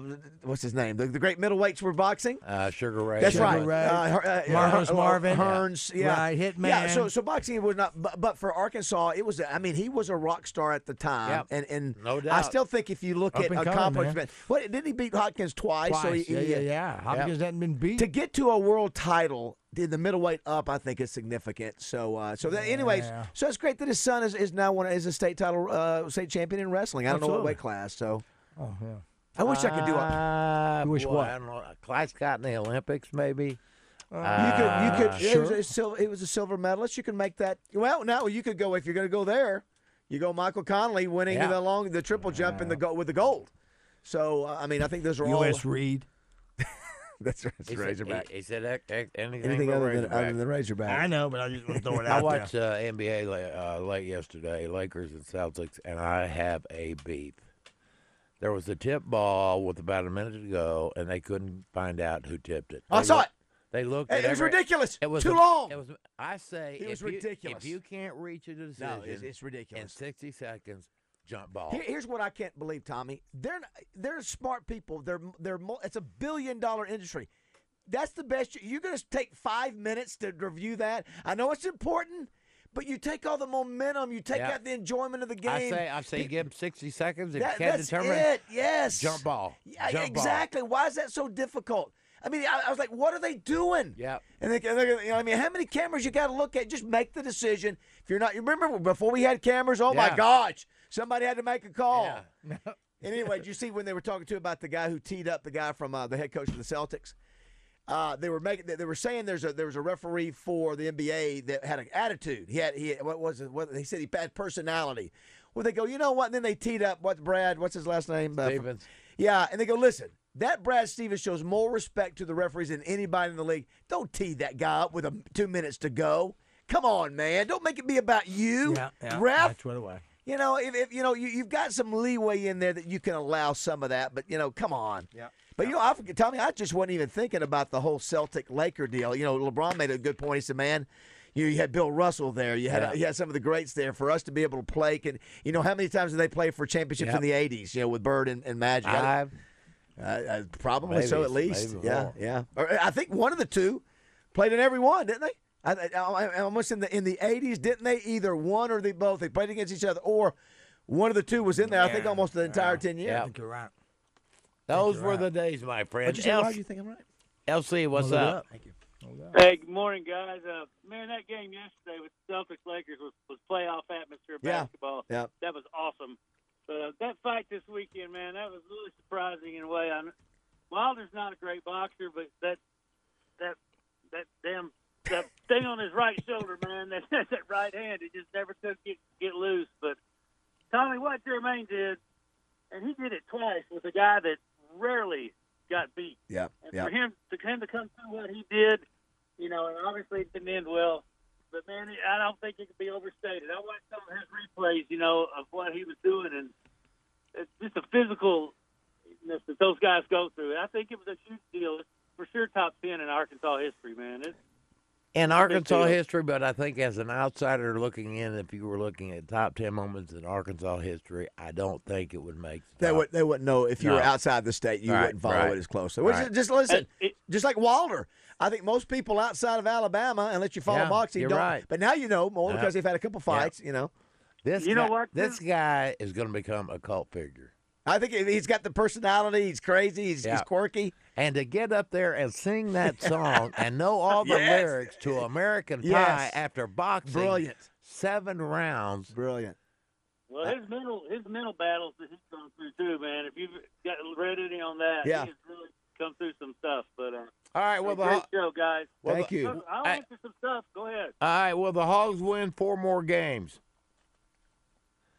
S4: what's his name, the, the great middleweights were boxing.
S3: Uh, Sugar Ray.
S4: That's right. Uh, Her- uh,
S5: Marlos
S4: Her-
S5: Marvin.
S4: Hearns, yeah,
S5: Right, Hitman.
S4: Yeah, so so boxing was not, but, but for Arkansas, it was. I mean, he was a rock star at the time,
S5: Yep.
S4: and and
S5: No
S4: I
S5: doubt.
S4: still think if you look
S5: Up
S4: at
S5: and coming, man.
S4: accomplishment, what didn't he beat Hopkins twice? So
S5: Twice,
S4: he,
S5: yeah,
S4: he- uh,
S5: yeah, yeah. Hopkins hadn't been beat
S4: to get to a world title. In the middleweight up, I think is significant. So, uh, so that, anyways,
S5: Yeah.
S4: so it's great that his son is, is now one is a state title, uh, state champion in wrestling. I don't know what
S5: Absolutely.
S4: weight class. So,
S5: Oh yeah.
S4: I wish I could do a.
S3: Uh, boy, I don't know. Class got in the Olympics, maybe.
S4: you could, you
S3: Uh,
S4: could. It, was a sil- it was a silver medalist. You can make that. Well, no, you could go if you're going to go there. You go Michael Conley winning
S5: Yeah.
S4: the long, the triple jump and the go, with the gold. So uh, I mean, I think those are all.
S5: U.S. Reed.
S4: that's right.
S3: He said- He, he said ec- ec- anything,
S4: Anything
S3: but
S4: other than-
S3: Razorback.
S4: other than Razorback. I know, but I just wanna throw it
S3: I
S4: out there.
S3: watched uh, NBA la- uh, late yesterday, Lakers and Celtics, and I have a beef. There was a tip ball with about a minute to go, and they couldn't find out who tipped it.
S4: I
S3: They
S4: saw
S3: look-
S4: it.
S3: They looked.
S4: It was
S3: at every-
S4: ridiculous.
S3: It was
S4: Too
S3: a-
S4: long.
S3: It was. I say
S4: It was
S3: if you-
S4: ridiculous.
S3: if you can't reach a decision,
S4: No, it's, it's ridiculous.
S3: In sixty seconds, jump ball.
S4: Here- here's what I can't believe, Tommy. They're n- they're smart people. They're they're mul- it's a billion dollar industry. That's the best. you- You're going to take five minutes to review that. I know it's important, but you take all the momentum. You take
S3: Yeah.
S4: out the enjoyment of the game.
S3: I say, I say, give him sixty seconds. If
S4: That-
S3: you can't
S4: that's
S3: determine
S4: it, yes.
S3: jump ball.
S4: Yeah,
S3: jump ball.
S4: exactly. Why is that so difficult? I mean, I, I was like, what are they doing? Yeah. And they, and they're gonna- you know, I mean, how many cameras you got to look at? Just make the decision. If you're not, you remember before we had cameras? Oh my
S5: Yeah.
S4: gosh, somebody had to make a call. And anyway, did you see when they were talking to about the guy who teed up the guy from uh, the head coach of the Celtics? Uh, they were making they were saying there's a there was a referee for the NBA that had an attitude. He had he had, what was it? What they said he had personality. Well, they go, you know what? And then they teed up what Brad, what's his last name? Uh, from-
S3: Stevens.
S4: yeah, and they go, listen, that Brad Stevens shows more respect to the referees than anybody in the league. Don't tee that guy up with a, two minutes to go. Come on, man. Don't make it be about you,
S5: Yeah, yeah,
S4: ref.
S5: That's what it was.
S4: You know, if, if you know you, you've got some leeway in there that you can allow some of that, but you know, come on. Yeah. But you know, I forget, Tommy. I just wasn't even thinking about the whole Celtic Laker deal. You know, LeBron made a good point. He said, "Man, you, you had Bill Russell there. You had
S5: Yeah.
S4: you had some of the greats there for us to be able to play. Can you know how many times did they play for championships
S3: Yep.
S4: in the '80s? You know, with Bird and, and Magic. I-
S3: Five.
S4: Uh, uh, probably so,
S3: Maybe-
S4: at least.
S3: maybe
S4: Yeah,
S3: more.
S4: yeah. Or, uh, I think one of the two played in every one, didn't they? I, I, I- almost in the in the eighties, didn't they? Either one or the both. They played against each other, or one of the two was in there. I think
S3: Yeah,
S4: almost the entire ten years.
S3: Yeah.
S5: You're right.
S3: Those were the days, my friend.
S4: What'd you say, Rod?
S3: Elf-
S4: You think I'm right?
S3: LC, what's
S5: Hold it
S3: up?
S5: up.
S1: Hey, good morning, guys. Uh, man, that game yesterday with Celtics Lakers was, was playoff atmosphere
S4: Yeah.
S1: basketball.
S4: Yeah.
S1: That was awesome. But uh, that fight this weekend, man, that was really surprising in a way. I, kn- Wilder's not a great boxer, but that that that damn that thing on his right shoulder, man, that that right hand, it just never could get get loose. But Tommy, what Jermaine did, and he did it twice with a guy that rarely got beat.
S4: Yeah,
S1: And for him to him to come through what he did, you know, and obviously it didn't end well. But man, I don't think it can be overstated. I watched some of his replays, you know, of what he was doing, and it's just a physicalness that those guys go through. I think it was a huge deal. It's for sure, top ten in Arkansas history, man. It's
S3: in Arkansas
S1: deal.
S3: history, but I think as an outsider looking in, if you were looking at top ten moments in Arkansas history, I don't think it would make.
S4: They would they wouldn't know if you were
S3: No.
S4: outside the state, you
S3: Right,
S4: wouldn't follow
S3: right,
S4: it as closely. Which is-
S3: right.
S4: just listen,
S3: And
S4: just like Wilder. I think most people outside of Alabama, unless you follow
S3: Yeah,
S4: Moxie,
S3: you're
S4: don't.
S3: right.
S4: But now you know more
S3: Yeah.
S4: because they've had a couple fights. You know,
S3: This
S4: You
S3: guy,
S4: know what,
S3: This guy is going to become a cult figure.
S4: I think he's got the personality. He's crazy. He's, he's
S3: Yeah.
S4: quirky.
S3: And to get up there and sing that song and know all the
S4: Yes.
S3: lyrics to American
S4: Yes.
S3: Pie after boxing,
S4: Brilliant.
S3: Seven rounds,
S4: brilliant.
S1: Well, his mental his mental battles that he's gone through too, man. If you've got read any on that,
S3: Yeah.
S1: he's really come through some stuff. But uh,
S3: All right, well, the
S1: great
S3: ho-
S1: show, guys.
S3: Well, Thank the- you.
S1: Look, I'll
S3: I-
S1: answer some stuff. Go ahead,
S3: All right, well, the Hogs win four more games.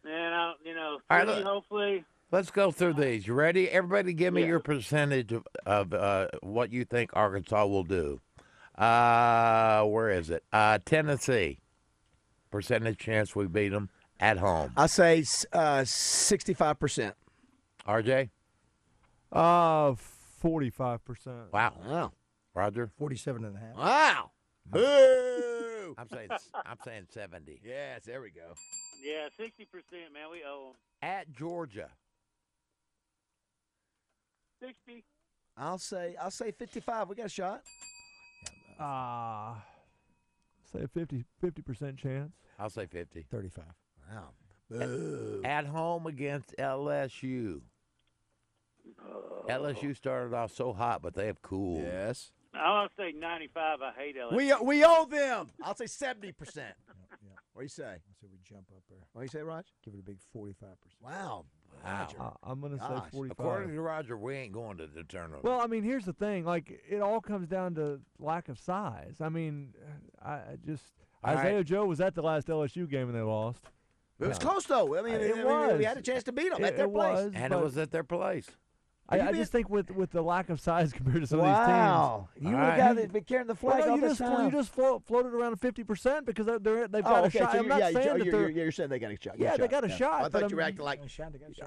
S1: man. I'll, you know,
S3: All right,
S1: three,
S3: look.
S1: hopefully.
S3: Let's go through these. You ready? Everybody, give me
S1: Yeah.
S3: your percentage of, of uh, what you think Arkansas will do. Uh, where is it? Uh, Tennessee. Percentage chance we beat them at home.
S4: I say sixty-five percent.
S3: RJ?
S15: Uh, forty-five percent.
S3: Wow. Roger?
S5: 47 and a half.
S4: Wow. Boo!
S3: I'm saying I'm saying 70.
S4: Yes, there we go.
S1: Yeah, sixty percent, man. We owe
S3: At Georgia.
S1: them sixty.
S4: I'll say I'll say fifty-five. We got a shot.
S15: Ah, say 50 percent chance.
S3: I'll say 50.
S5: 35.
S4: Wow.
S3: At, at home against LSU. LSU started off so hot, but they have cooled.
S4: Yes.
S1: I'll say ninety-five. I hate LSU.
S4: We we owe them. I'll say seventy percent. What do you say?
S5: So we jump up there.
S4: What do you say, Raj?
S5: Give it a big 45%.
S4: Wow.
S3: Wow.
S15: I- I'm gonna say 45.
S3: According to Roger, we ain't going to the turnover.
S15: Well, I mean, here's the thing. Like, it all comes down to lack of size. I mean, I I just
S3: All
S15: Isaiah
S3: right.
S15: Joe was at the last LSU game and they lost.
S2: It was
S15: Uh,
S2: close though. I mean,
S15: it
S2: I mean,
S15: was.
S2: we had a chance to beat them
S15: It-
S2: at their
S15: it
S2: place.
S15: was,
S3: and it
S15: but-
S3: was at their place.
S15: I,
S2: You
S15: I
S2: mean-
S15: just think with, with the lack of size compared to some
S2: Wow.
S15: of these
S2: You
S15: teams,
S2: were the guy that's been carrying the flag
S15: Well, no,
S2: all
S15: you
S2: this
S15: just flo-
S2: time.
S15: you just flo- floated around fifty percent because they're, they're they've
S2: Oh,
S15: got
S2: okay,
S15: a shot.
S2: so
S15: I'm
S2: you're-
S15: not
S2: yeah, you're-
S15: saying that
S2: you're-
S15: they're
S2: you're- you're saying they got a shot.
S15: Yeah,
S2: Good
S15: they
S2: shot.
S15: got a
S2: Yeah.
S15: shot.
S2: I
S15: but
S2: thought you were
S15: I'm-
S2: acting like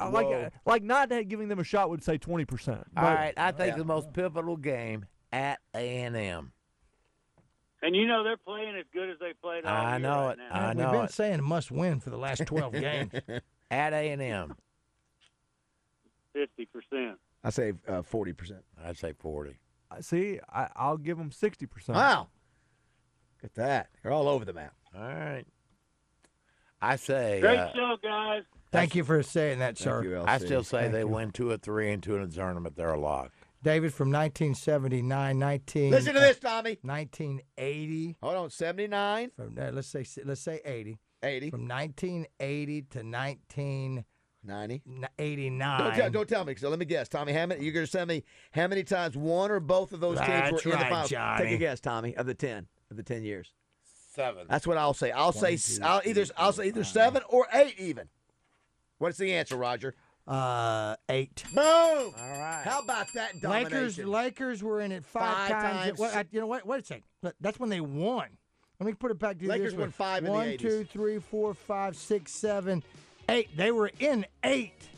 S15: I like
S3: Whoa.
S15: like not giving them a shot would say twenty percent.
S3: All right, I think the most pivotal game at A and M.
S1: And you know they're playing as good as they played. All
S3: I
S1: year
S3: know
S1: right
S3: it.
S1: now.
S3: I
S5: We've
S3: know
S5: been
S3: it.
S5: saying must win for the last 12 games.
S3: at A and M.
S1: Fifty percent.
S2: I say uh, forty percent.
S3: I say forty.
S15: See, I, I'll give them sixty percent.
S2: Wow. Look at that. You're all over the map.
S3: All right. I say.
S1: Great
S3: uh,
S1: show, guys.
S5: Thank you for saying that, sir.
S3: I still say they win two or three and two in a tournament. They're a lock.
S5: David from 1979, 19.
S2: Listen to this, Tommy.
S5: 1980.
S2: Hold on, 79.
S5: From uh, let's say let's say 80.
S2: 80.
S5: From 1980 to
S2: 1990.
S5: 89.
S2: Don't tell, don't tell me. So let me guess, Tommy. How many? You're going to tell me how many times one or both of those teams
S5: That's
S2: were in the
S5: right,
S2: final? Take
S5: Johnny.
S2: a guess, Tommy. Of the ten, of the ten years.
S3: Seven.
S2: That's what I'll say. I'll say s will either I'll say either seven or eight even. What's the answer, Roger?
S5: Uh, eight.
S2: Boom! All
S3: right.
S2: How about that
S5: Lakers.
S2: domination?
S5: Lakers were in it five,
S2: Five
S5: times.
S2: times.
S5: Wait, I- you know what? Wait a second. Look, That's when they won. Let me put it back to you.
S2: Lakers
S5: this
S2: won
S5: way.
S2: five in the
S5: One,
S2: 80s.
S5: two, three, four, five, six, seven, eight. They were in eight.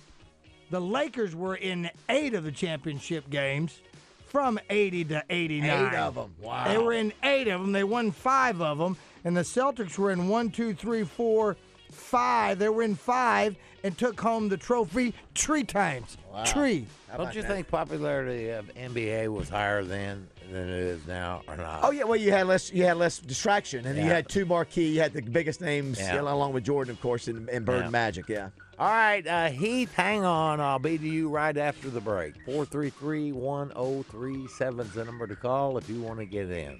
S5: The Lakers were in eight of the championship games from 80 to 89.
S2: Eight of 'em. Wow.
S5: They were in eight of them. They won five of them. And the Celtics were in one, two, three, four, five. They were in five and took home the trophy three times. Three.
S3: Don't you think popularity of NBA was higher then than it is now, or not?
S2: Oh yeah, well you had less you had less distraction, and you
S3: Yeah.
S2: had two marquee. You had the biggest names
S3: Yeah.
S2: you know, along with Jordan, of course, and, and Bird
S3: Yeah.
S2: Magic. Yeah.
S3: All right, uh, Heath, hang on. I'll be to you right after the break. 433 1037 is the number to call if you want to get in.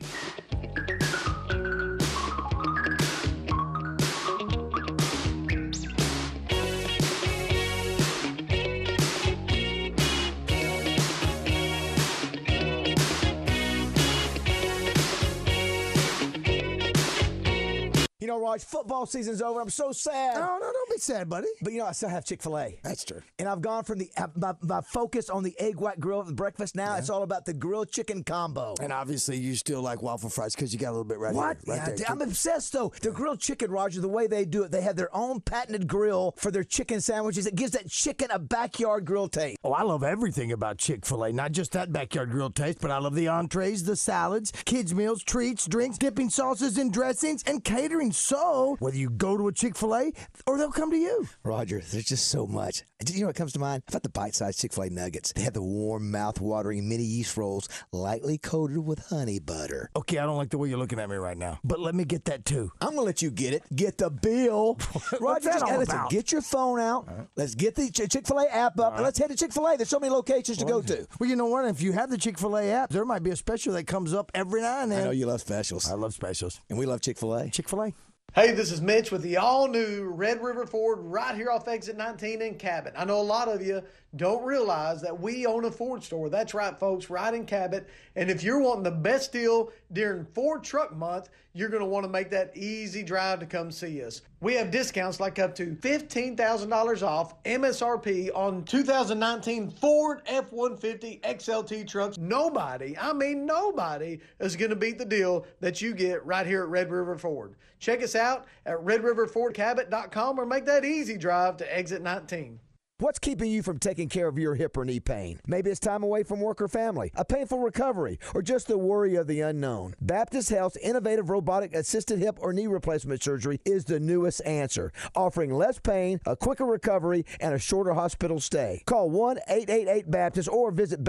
S4: You know, Raj, football season's over. I'm so sad. No, no, don't be sad, buddy. But you know, I still have Chick Fil A. That's true. And I've gone from the uh, my, my focus on the egg white grill breakfast. Now it's all about the grilled chicken combo.
S22: And obviously, you still like waffle fries because you got a little bit right
S4: what?
S22: here.
S4: Yeah, I'm obsessed though. The grilled chicken, Roger. The way they do it, they have their own patented grill for their chicken sandwiches. It gives that chicken a backyard grill taste.
S5: Oh, I love everything about Chick fil A, not just that backyard grill taste, but I love the entrees, the salads, kids' meals, treats, drinks, dipping sauces and dressings, and catering. So, whether you go to a Chick fil A or they'll come to you.
S4: Roger, there's just so much. Do You know what comes to mind? How about the bite-sized Chick-fil-A nuggets? They have the warm, mouth-watering mini yeast rolls, lightly coated with honey butter.
S5: Okay, I don't like the way you're looking at me right now, but let me get that too.
S4: I'm gonna let you get it. Get the bill. Roger,
S5: Oh, that
S4: just-
S5: all
S4: hey, listen,
S5: about?
S4: get your phone out. Let's get the Ch- Chick-fil-A app up, and let's head to Chick-fil-A. There's so many locations to go to.
S5: Well, you know what? If you have the Chick fil A app, there might be a special that comes up every now and then.
S4: I know you love specials. I
S5: love specials.
S4: And we love Chick-fil-A.
S5: Chick-fil-A.
S23: Hey, this is Mitch with the all new Red River Ford right here off exit 19 in Cabot. I know a lot of you don't realize that we own a Ford store. That's right, folks, right in Cabot. And if you're wanting the best deal during Ford Truck Month, you're going to want to make that easy drive to come see us. We have discounts like up to $15,000 off MSRP on 2019 Ford F 150 XLT trucks. Nobody, I mean, nobody is going to beat the deal that you get right here at Red River Ford. Check us out at redriverfordcabot.com or make that easy drive to exit 19.
S4: What's keeping you from taking care of your hip or knee pain? Maybe it's time away from work or family, a painful recovery, or just the worry of the unknown. Baptist Health's innovative robotic assisted hip or knee replacement surgery is the newest answer, offering less pain, a quicker recovery, and a shorter hospital stay. Call 1 888 Baptist or visit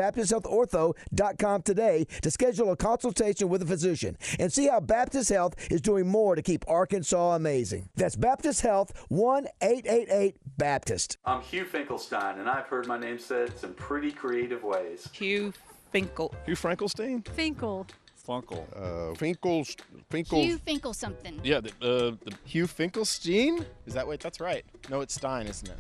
S4: BaptistHealthOrtho.com today to schedule a consultation with a physician and see how Baptist Health is doing more to keep Arkansas amazing. That's Baptist Health 1 888 Baptist.
S24: I'm Hugh Finkelstein, and I've heard my name said some pretty creative ways. Hugh Finkel.
S25: Hugh Frankelstein?
S26: Finkel.
S25: Funkel. Uh, Finkel's. Finkel.
S26: Hugh Finkel something.
S25: Yeah, the, uh, the Hugh Finkelstein? Is that what? That's right. No, it's Stein, isn't it?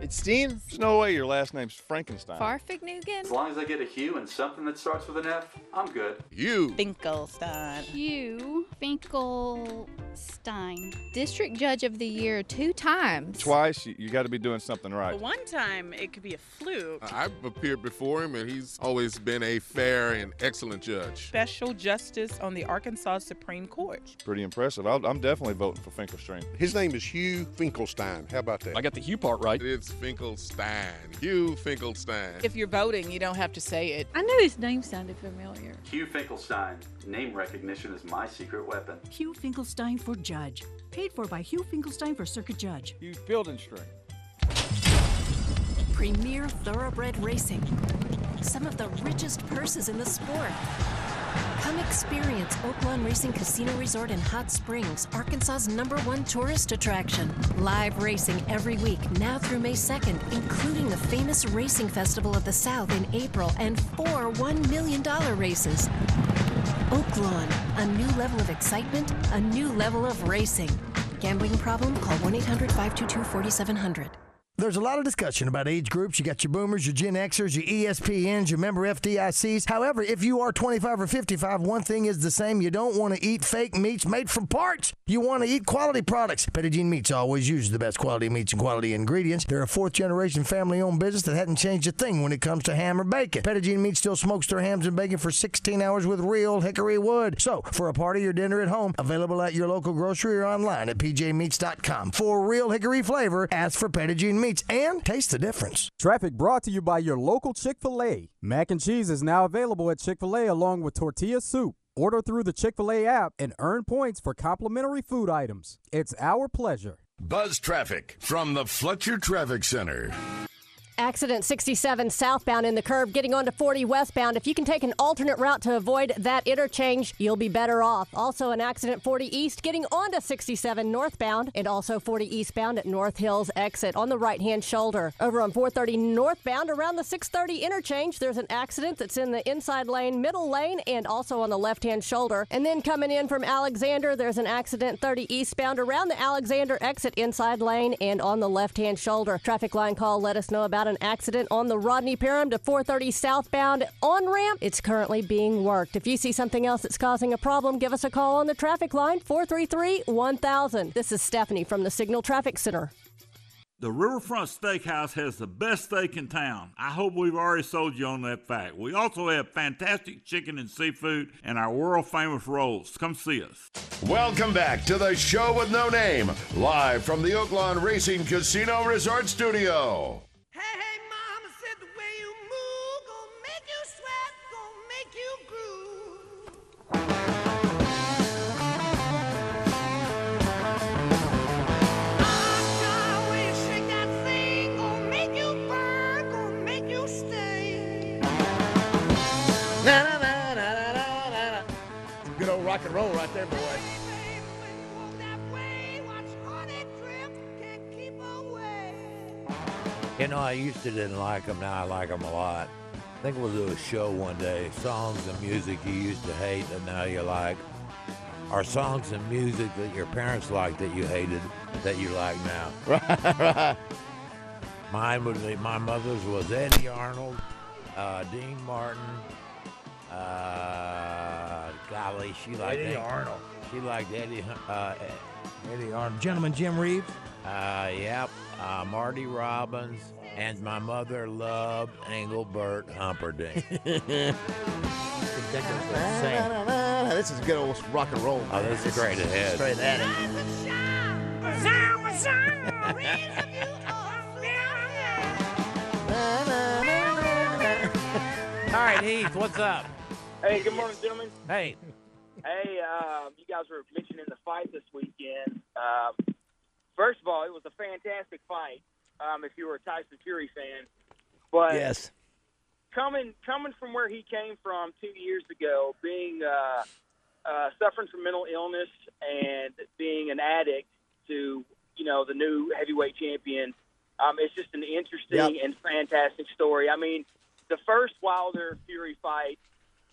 S25: It's Steen? There's no way your last name's Frankenstein.
S26: Farfignugan?
S24: As long as I get a hue and something that starts with an F, I'm good.
S25: You.
S26: Finkelstein. Hugh Finkelstein. District Judge of the Year two times.
S25: Twice, you, you got to be doing something right.
S26: One time it could be a fluke.
S27: I've appeared before him, and he's always been a fair and excellent judge.
S26: Special Justice on the Arkansas Supreme Court.
S25: Pretty impressive. I'll, I'm definitely voting for Finkelstein.
S27: His name is Hugh Finkelstein. How about that?
S25: I got the Hugh part right.
S27: It's Finkelstein. Hugh Finkelstein.
S26: If you're voting, you don't have to say it. I knew his name sounded familiar.
S24: Hugh Finkelstein. Name recognition is my secret weapon.
S9: Hugh Finkelstein for judge. Paid for by Hugh Finkelstein for circuit judge.
S25: Hugh Fieldenstring.
S9: Premier thoroughbred racing. Some of the richest purses in the sport. Come experience Oaklawn Racing Casino Resort in Hot Springs, Arkansas's number one tourist attraction. Live racing every week, now through May 2nd, including the famous Racing Festival of the South in April and four $1 million races. Oaklawn, a new level of excitement, a new level of racing. Gambling problem? Call 1 800 522 4700.
S5: There's a lot of discussion about age groups. You got your boomers, your Gen Xers, your E ESPNs, your member FDICs. However, if you are 25 or 55, one thing is the same. You don't want to eat fake meats made from parts. You want to eat quality products. Pettigene Meats always uses the best quality meats and quality ingredients. They're a fourth generation family owned business that hadn't changed a thing when it comes to ham or bacon. Pettigene Meats still smokes their hams and bacon for 16 hours with real hickory wood. So, for a party or dinner at home, available at your local grocery or online at pjmeats.com. For real hickory flavor, ask for Pettigene meats and taste the difference.
S13: Traffic brought to you by your local Chick fil A. Mac and cheese is now available at Chick fil A along with tortilla soup. Order through the Chick fil A app and earn points for complimentary food items. It's our pleasure.
S2: Buzz traffic from the Fletcher Traffic Center.
S21: Accident 67 southbound in the curb, getting onto 40 westbound. If you can take an alternate route to avoid that interchange, you'll be better off. Also, an accident 40 east, getting onto 67 northbound, and also 40 eastbound at North Hills exit on the right hand shoulder. Over on 430 northbound, around the 630 interchange, there's an accident that's in the inside lane, middle lane, and also on the left hand shoulder. And then coming in from Alexander, there's an accident 30 eastbound around the Alexander exit, inside lane, and on the left hand shoulder. Traffic line call, let us know about an accident on the Rodney Parham to 430 southbound on ramp. It's currently being worked. If you see something else that's causing a problem, give us a call on the traffic line 433 1000. This is Stephanie from the Signal Traffic Center.
S17: The Riverfront Steakhouse has the best steak in town. I hope we've already sold you on that fact. We also have fantastic chicken and seafood and our world famous rolls. Come see us.
S2: Welcome back to the show with no name, live from the Oaklawn Racing Casino Resort Studio.
S28: Na, na, na, na, na, na, na, na. Some good old rock and roll right there, boy.
S3: You know, I used to didn't like them. Now I like them a lot. I think we'll do a show one day. Songs and music you used to hate that now you like, or songs and music that your parents liked that you hated that you like now. Right, right. Mine would be my mother's was Eddie Arnold, uh, Dean Martin. Uh, golly, she liked
S29: Eddie
S3: Ed-
S29: Arnold.
S3: She liked Eddie. Uh, Eddie Arnold.
S29: Gentleman Jim Reeves.
S3: Uh, yep. Uh, Marty Robbins and my mother loved Engelbert Humperdinck.
S28: Na, na, na, na. This is good old rock and roll.
S3: Oh, this is great ahead.
S28: Straight at it.
S3: All right, Heath, what's up?
S11: Hey, good morning, gentlemen.
S3: Hey,
S11: Hey, um, you guys were mentioning the fight this weekend. Um, first of all, it was a fantastic fight. Um, if you were a Tyson Fury fan, but
S28: Yes.
S11: coming coming from where he came from two years ago, being uh, uh, suffering from mental illness and being an addict to you know the new heavyweight champion, um, it's just an interesting
S30: Yep.
S11: and fantastic story. I mean, the first Wilder Fury fight,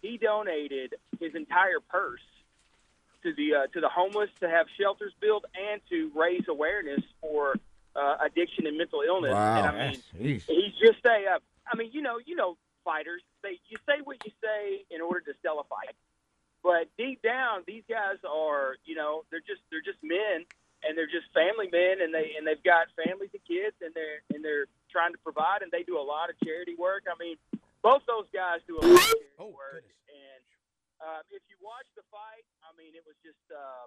S11: he donated his entire purse to the uh, to the homeless to have shelters built and to raise awareness for uh, addiction and mental illness.
S12: Wow.
S11: And I mean,
S12: Jeez.
S11: he's just a. Uh, I mean, you know, you know, fighters. They you say what you say in order to sell a fight, but deep down, these guys are. You know, they're just they're just men, and they're just family men, and they and they've got families and kids, and they're and they're trying to provide, and they do a lot of charity work. I mean, both those guys do a lot of charity work, and um, if you watch the fight, I mean, it was just um,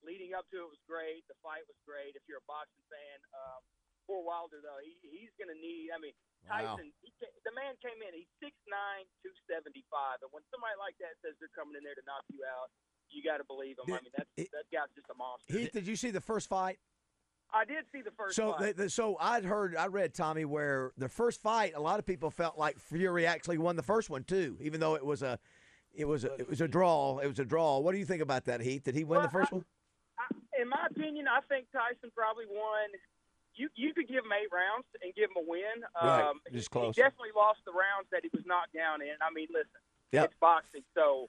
S11: leading up to it was great. The fight was great. If you're a boxing fan, um, poor Wilder though, he, he's going to need. I mean,
S14: Wow.
S11: Tyson, he ca the man came in. He's six nine, two seventy five, and when somebody like that says they're coming in there to knock you out, you got to believe him. I mean, that's that guy's just a monster.
S4: Heath, did you see the first fight?
S11: I did see the first.
S4: So, they,
S11: fight.
S4: they- so I'd heard, I read Tommy where the first fight, a lot of people felt like Fury actually won the first one too, even though it was a, it was a, it was a draw. It was a draw. What do you think about that, Heath? Did he win the first one?
S11: in my opinion, I think Tyson probably won. You you could give him eight rounds and give him a win.
S4: Right,
S11: Um,
S4: just
S11: he-
S4: close.
S11: He definitely lost the rounds that he was knocked down in. I mean, listen,
S4: Yep.
S11: it's boxing, so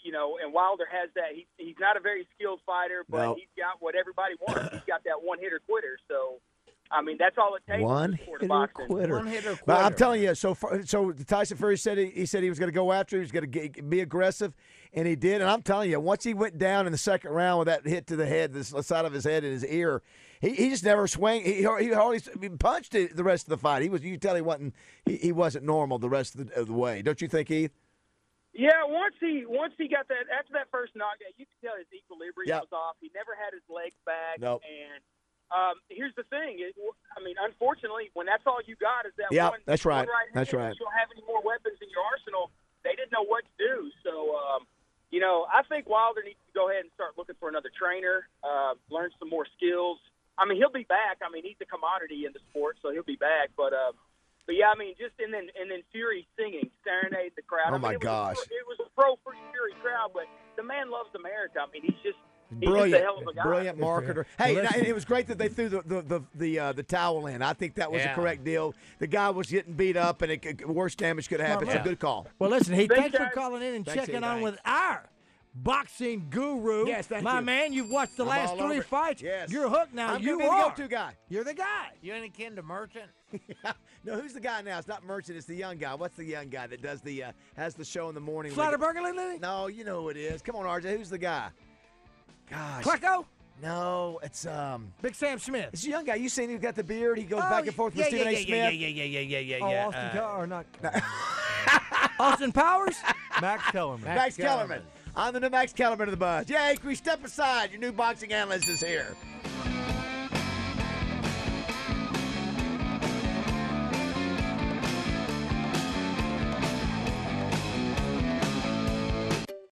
S11: you know. And Wilder has that. He, he's not a very skilled fighter, but
S4: No.
S11: he's got what everybody wants. he's got that one hitter quitter. So, I mean, that's all it takes.
S4: One
S11: is for the
S4: hitter
S11: boxing.
S4: quitter. Well, I'm telling you, so far, so Tyson Fury said he, he said he was going to go after, he was going to be aggressive, and he did. And I'm telling you, once he went down in the second round with that hit to the head, the s- side of his head and his ear, he, he just never swung. He, he hardly s- he punched it the rest of the fight. He was you could tell he wasn't he, he wasn't normal the rest of the, of the way. Don't you think, Heath?
S11: Yeah, once he once he got that after that first knockout, you could tell his equilibrium
S4: Yeah.
S11: was off. He never had his legs back.
S4: Nope.
S11: And um, here's the thing: it, I mean, unfortunately, when that's all you got is that
S4: Yeah,
S11: one.
S4: that's
S11: one
S4: right. That's
S11: hand,
S4: right.
S11: You don't have any more weapons in your arsenal. They didn't know what to do. So, um, you know, I think Wilder needs to go ahead and start looking for another trainer, uh, learn some more skills. I mean, he'll be back. I mean, he's a commodity in the sport, so he'll be back. But, uh, but yeah, I mean, just and then and then Fury singing, serenade the crowd.
S4: Oh,
S11: I mean, it
S4: my
S11: was a-
S4: gosh.
S11: it was a pro for Fury crowd, but the man loves America. I mean, he's just he's just
S4: Brilliant,
S11: a hell of a guy.
S4: brilliant marketer. Hey, and I- and it was great that they threw the the the the, uh, the towel in. I think that was
S5: Yeah.
S4: the correct deal. The guy was getting beat up, and it, could worse damage could happen.
S5: Smart
S4: So
S5: move.
S4: good call.
S5: Well, listen, Heath,
S4: Thanks,
S5: thanks, for
S4: guys.
S5: calling in and
S4: Thanks,
S5: checking
S4: Heath.
S5: on with our boxing guru.
S4: Yes, thank
S5: My
S4: you.
S5: man, you've watched the
S4: I'm
S5: last
S4: all over
S5: three
S4: it.
S5: fights.
S4: Yes.
S5: You're hooked now.
S4: I'm gonna
S5: you
S4: be the
S5: are.
S4: go-to guy.
S5: You're the guy.
S4: You ain't kin to Merchant. no, who's the guy now? It's not Merchant. It's the young guy. What's the young guy that does the uh, has the show in the morning?
S5: Flatterburger,
S4: No, you know who it is. Come on, RJ. Who's the guy? Gosh.
S5: Klecko?
S4: No, it's um.
S5: Big Sam Smith. Oh,
S4: It's a young guy. You seen who got the beard? He goes back and forth with
S5: yeah,
S4: Stephen
S5: yeah,
S4: A.
S5: yeah,
S4: Smith.
S5: yeah, yeah, yeah, yeah, yeah,
S6: oh,
S5: yeah,
S6: Austin
S5: uh,
S6: Cal- or not?
S5: Austin Powers? Max Kellerman.
S4: Max, Kellerman. I'm the new Max Kellerman of the Buzz. Yay, we step aside. Your new boxing analyst is here.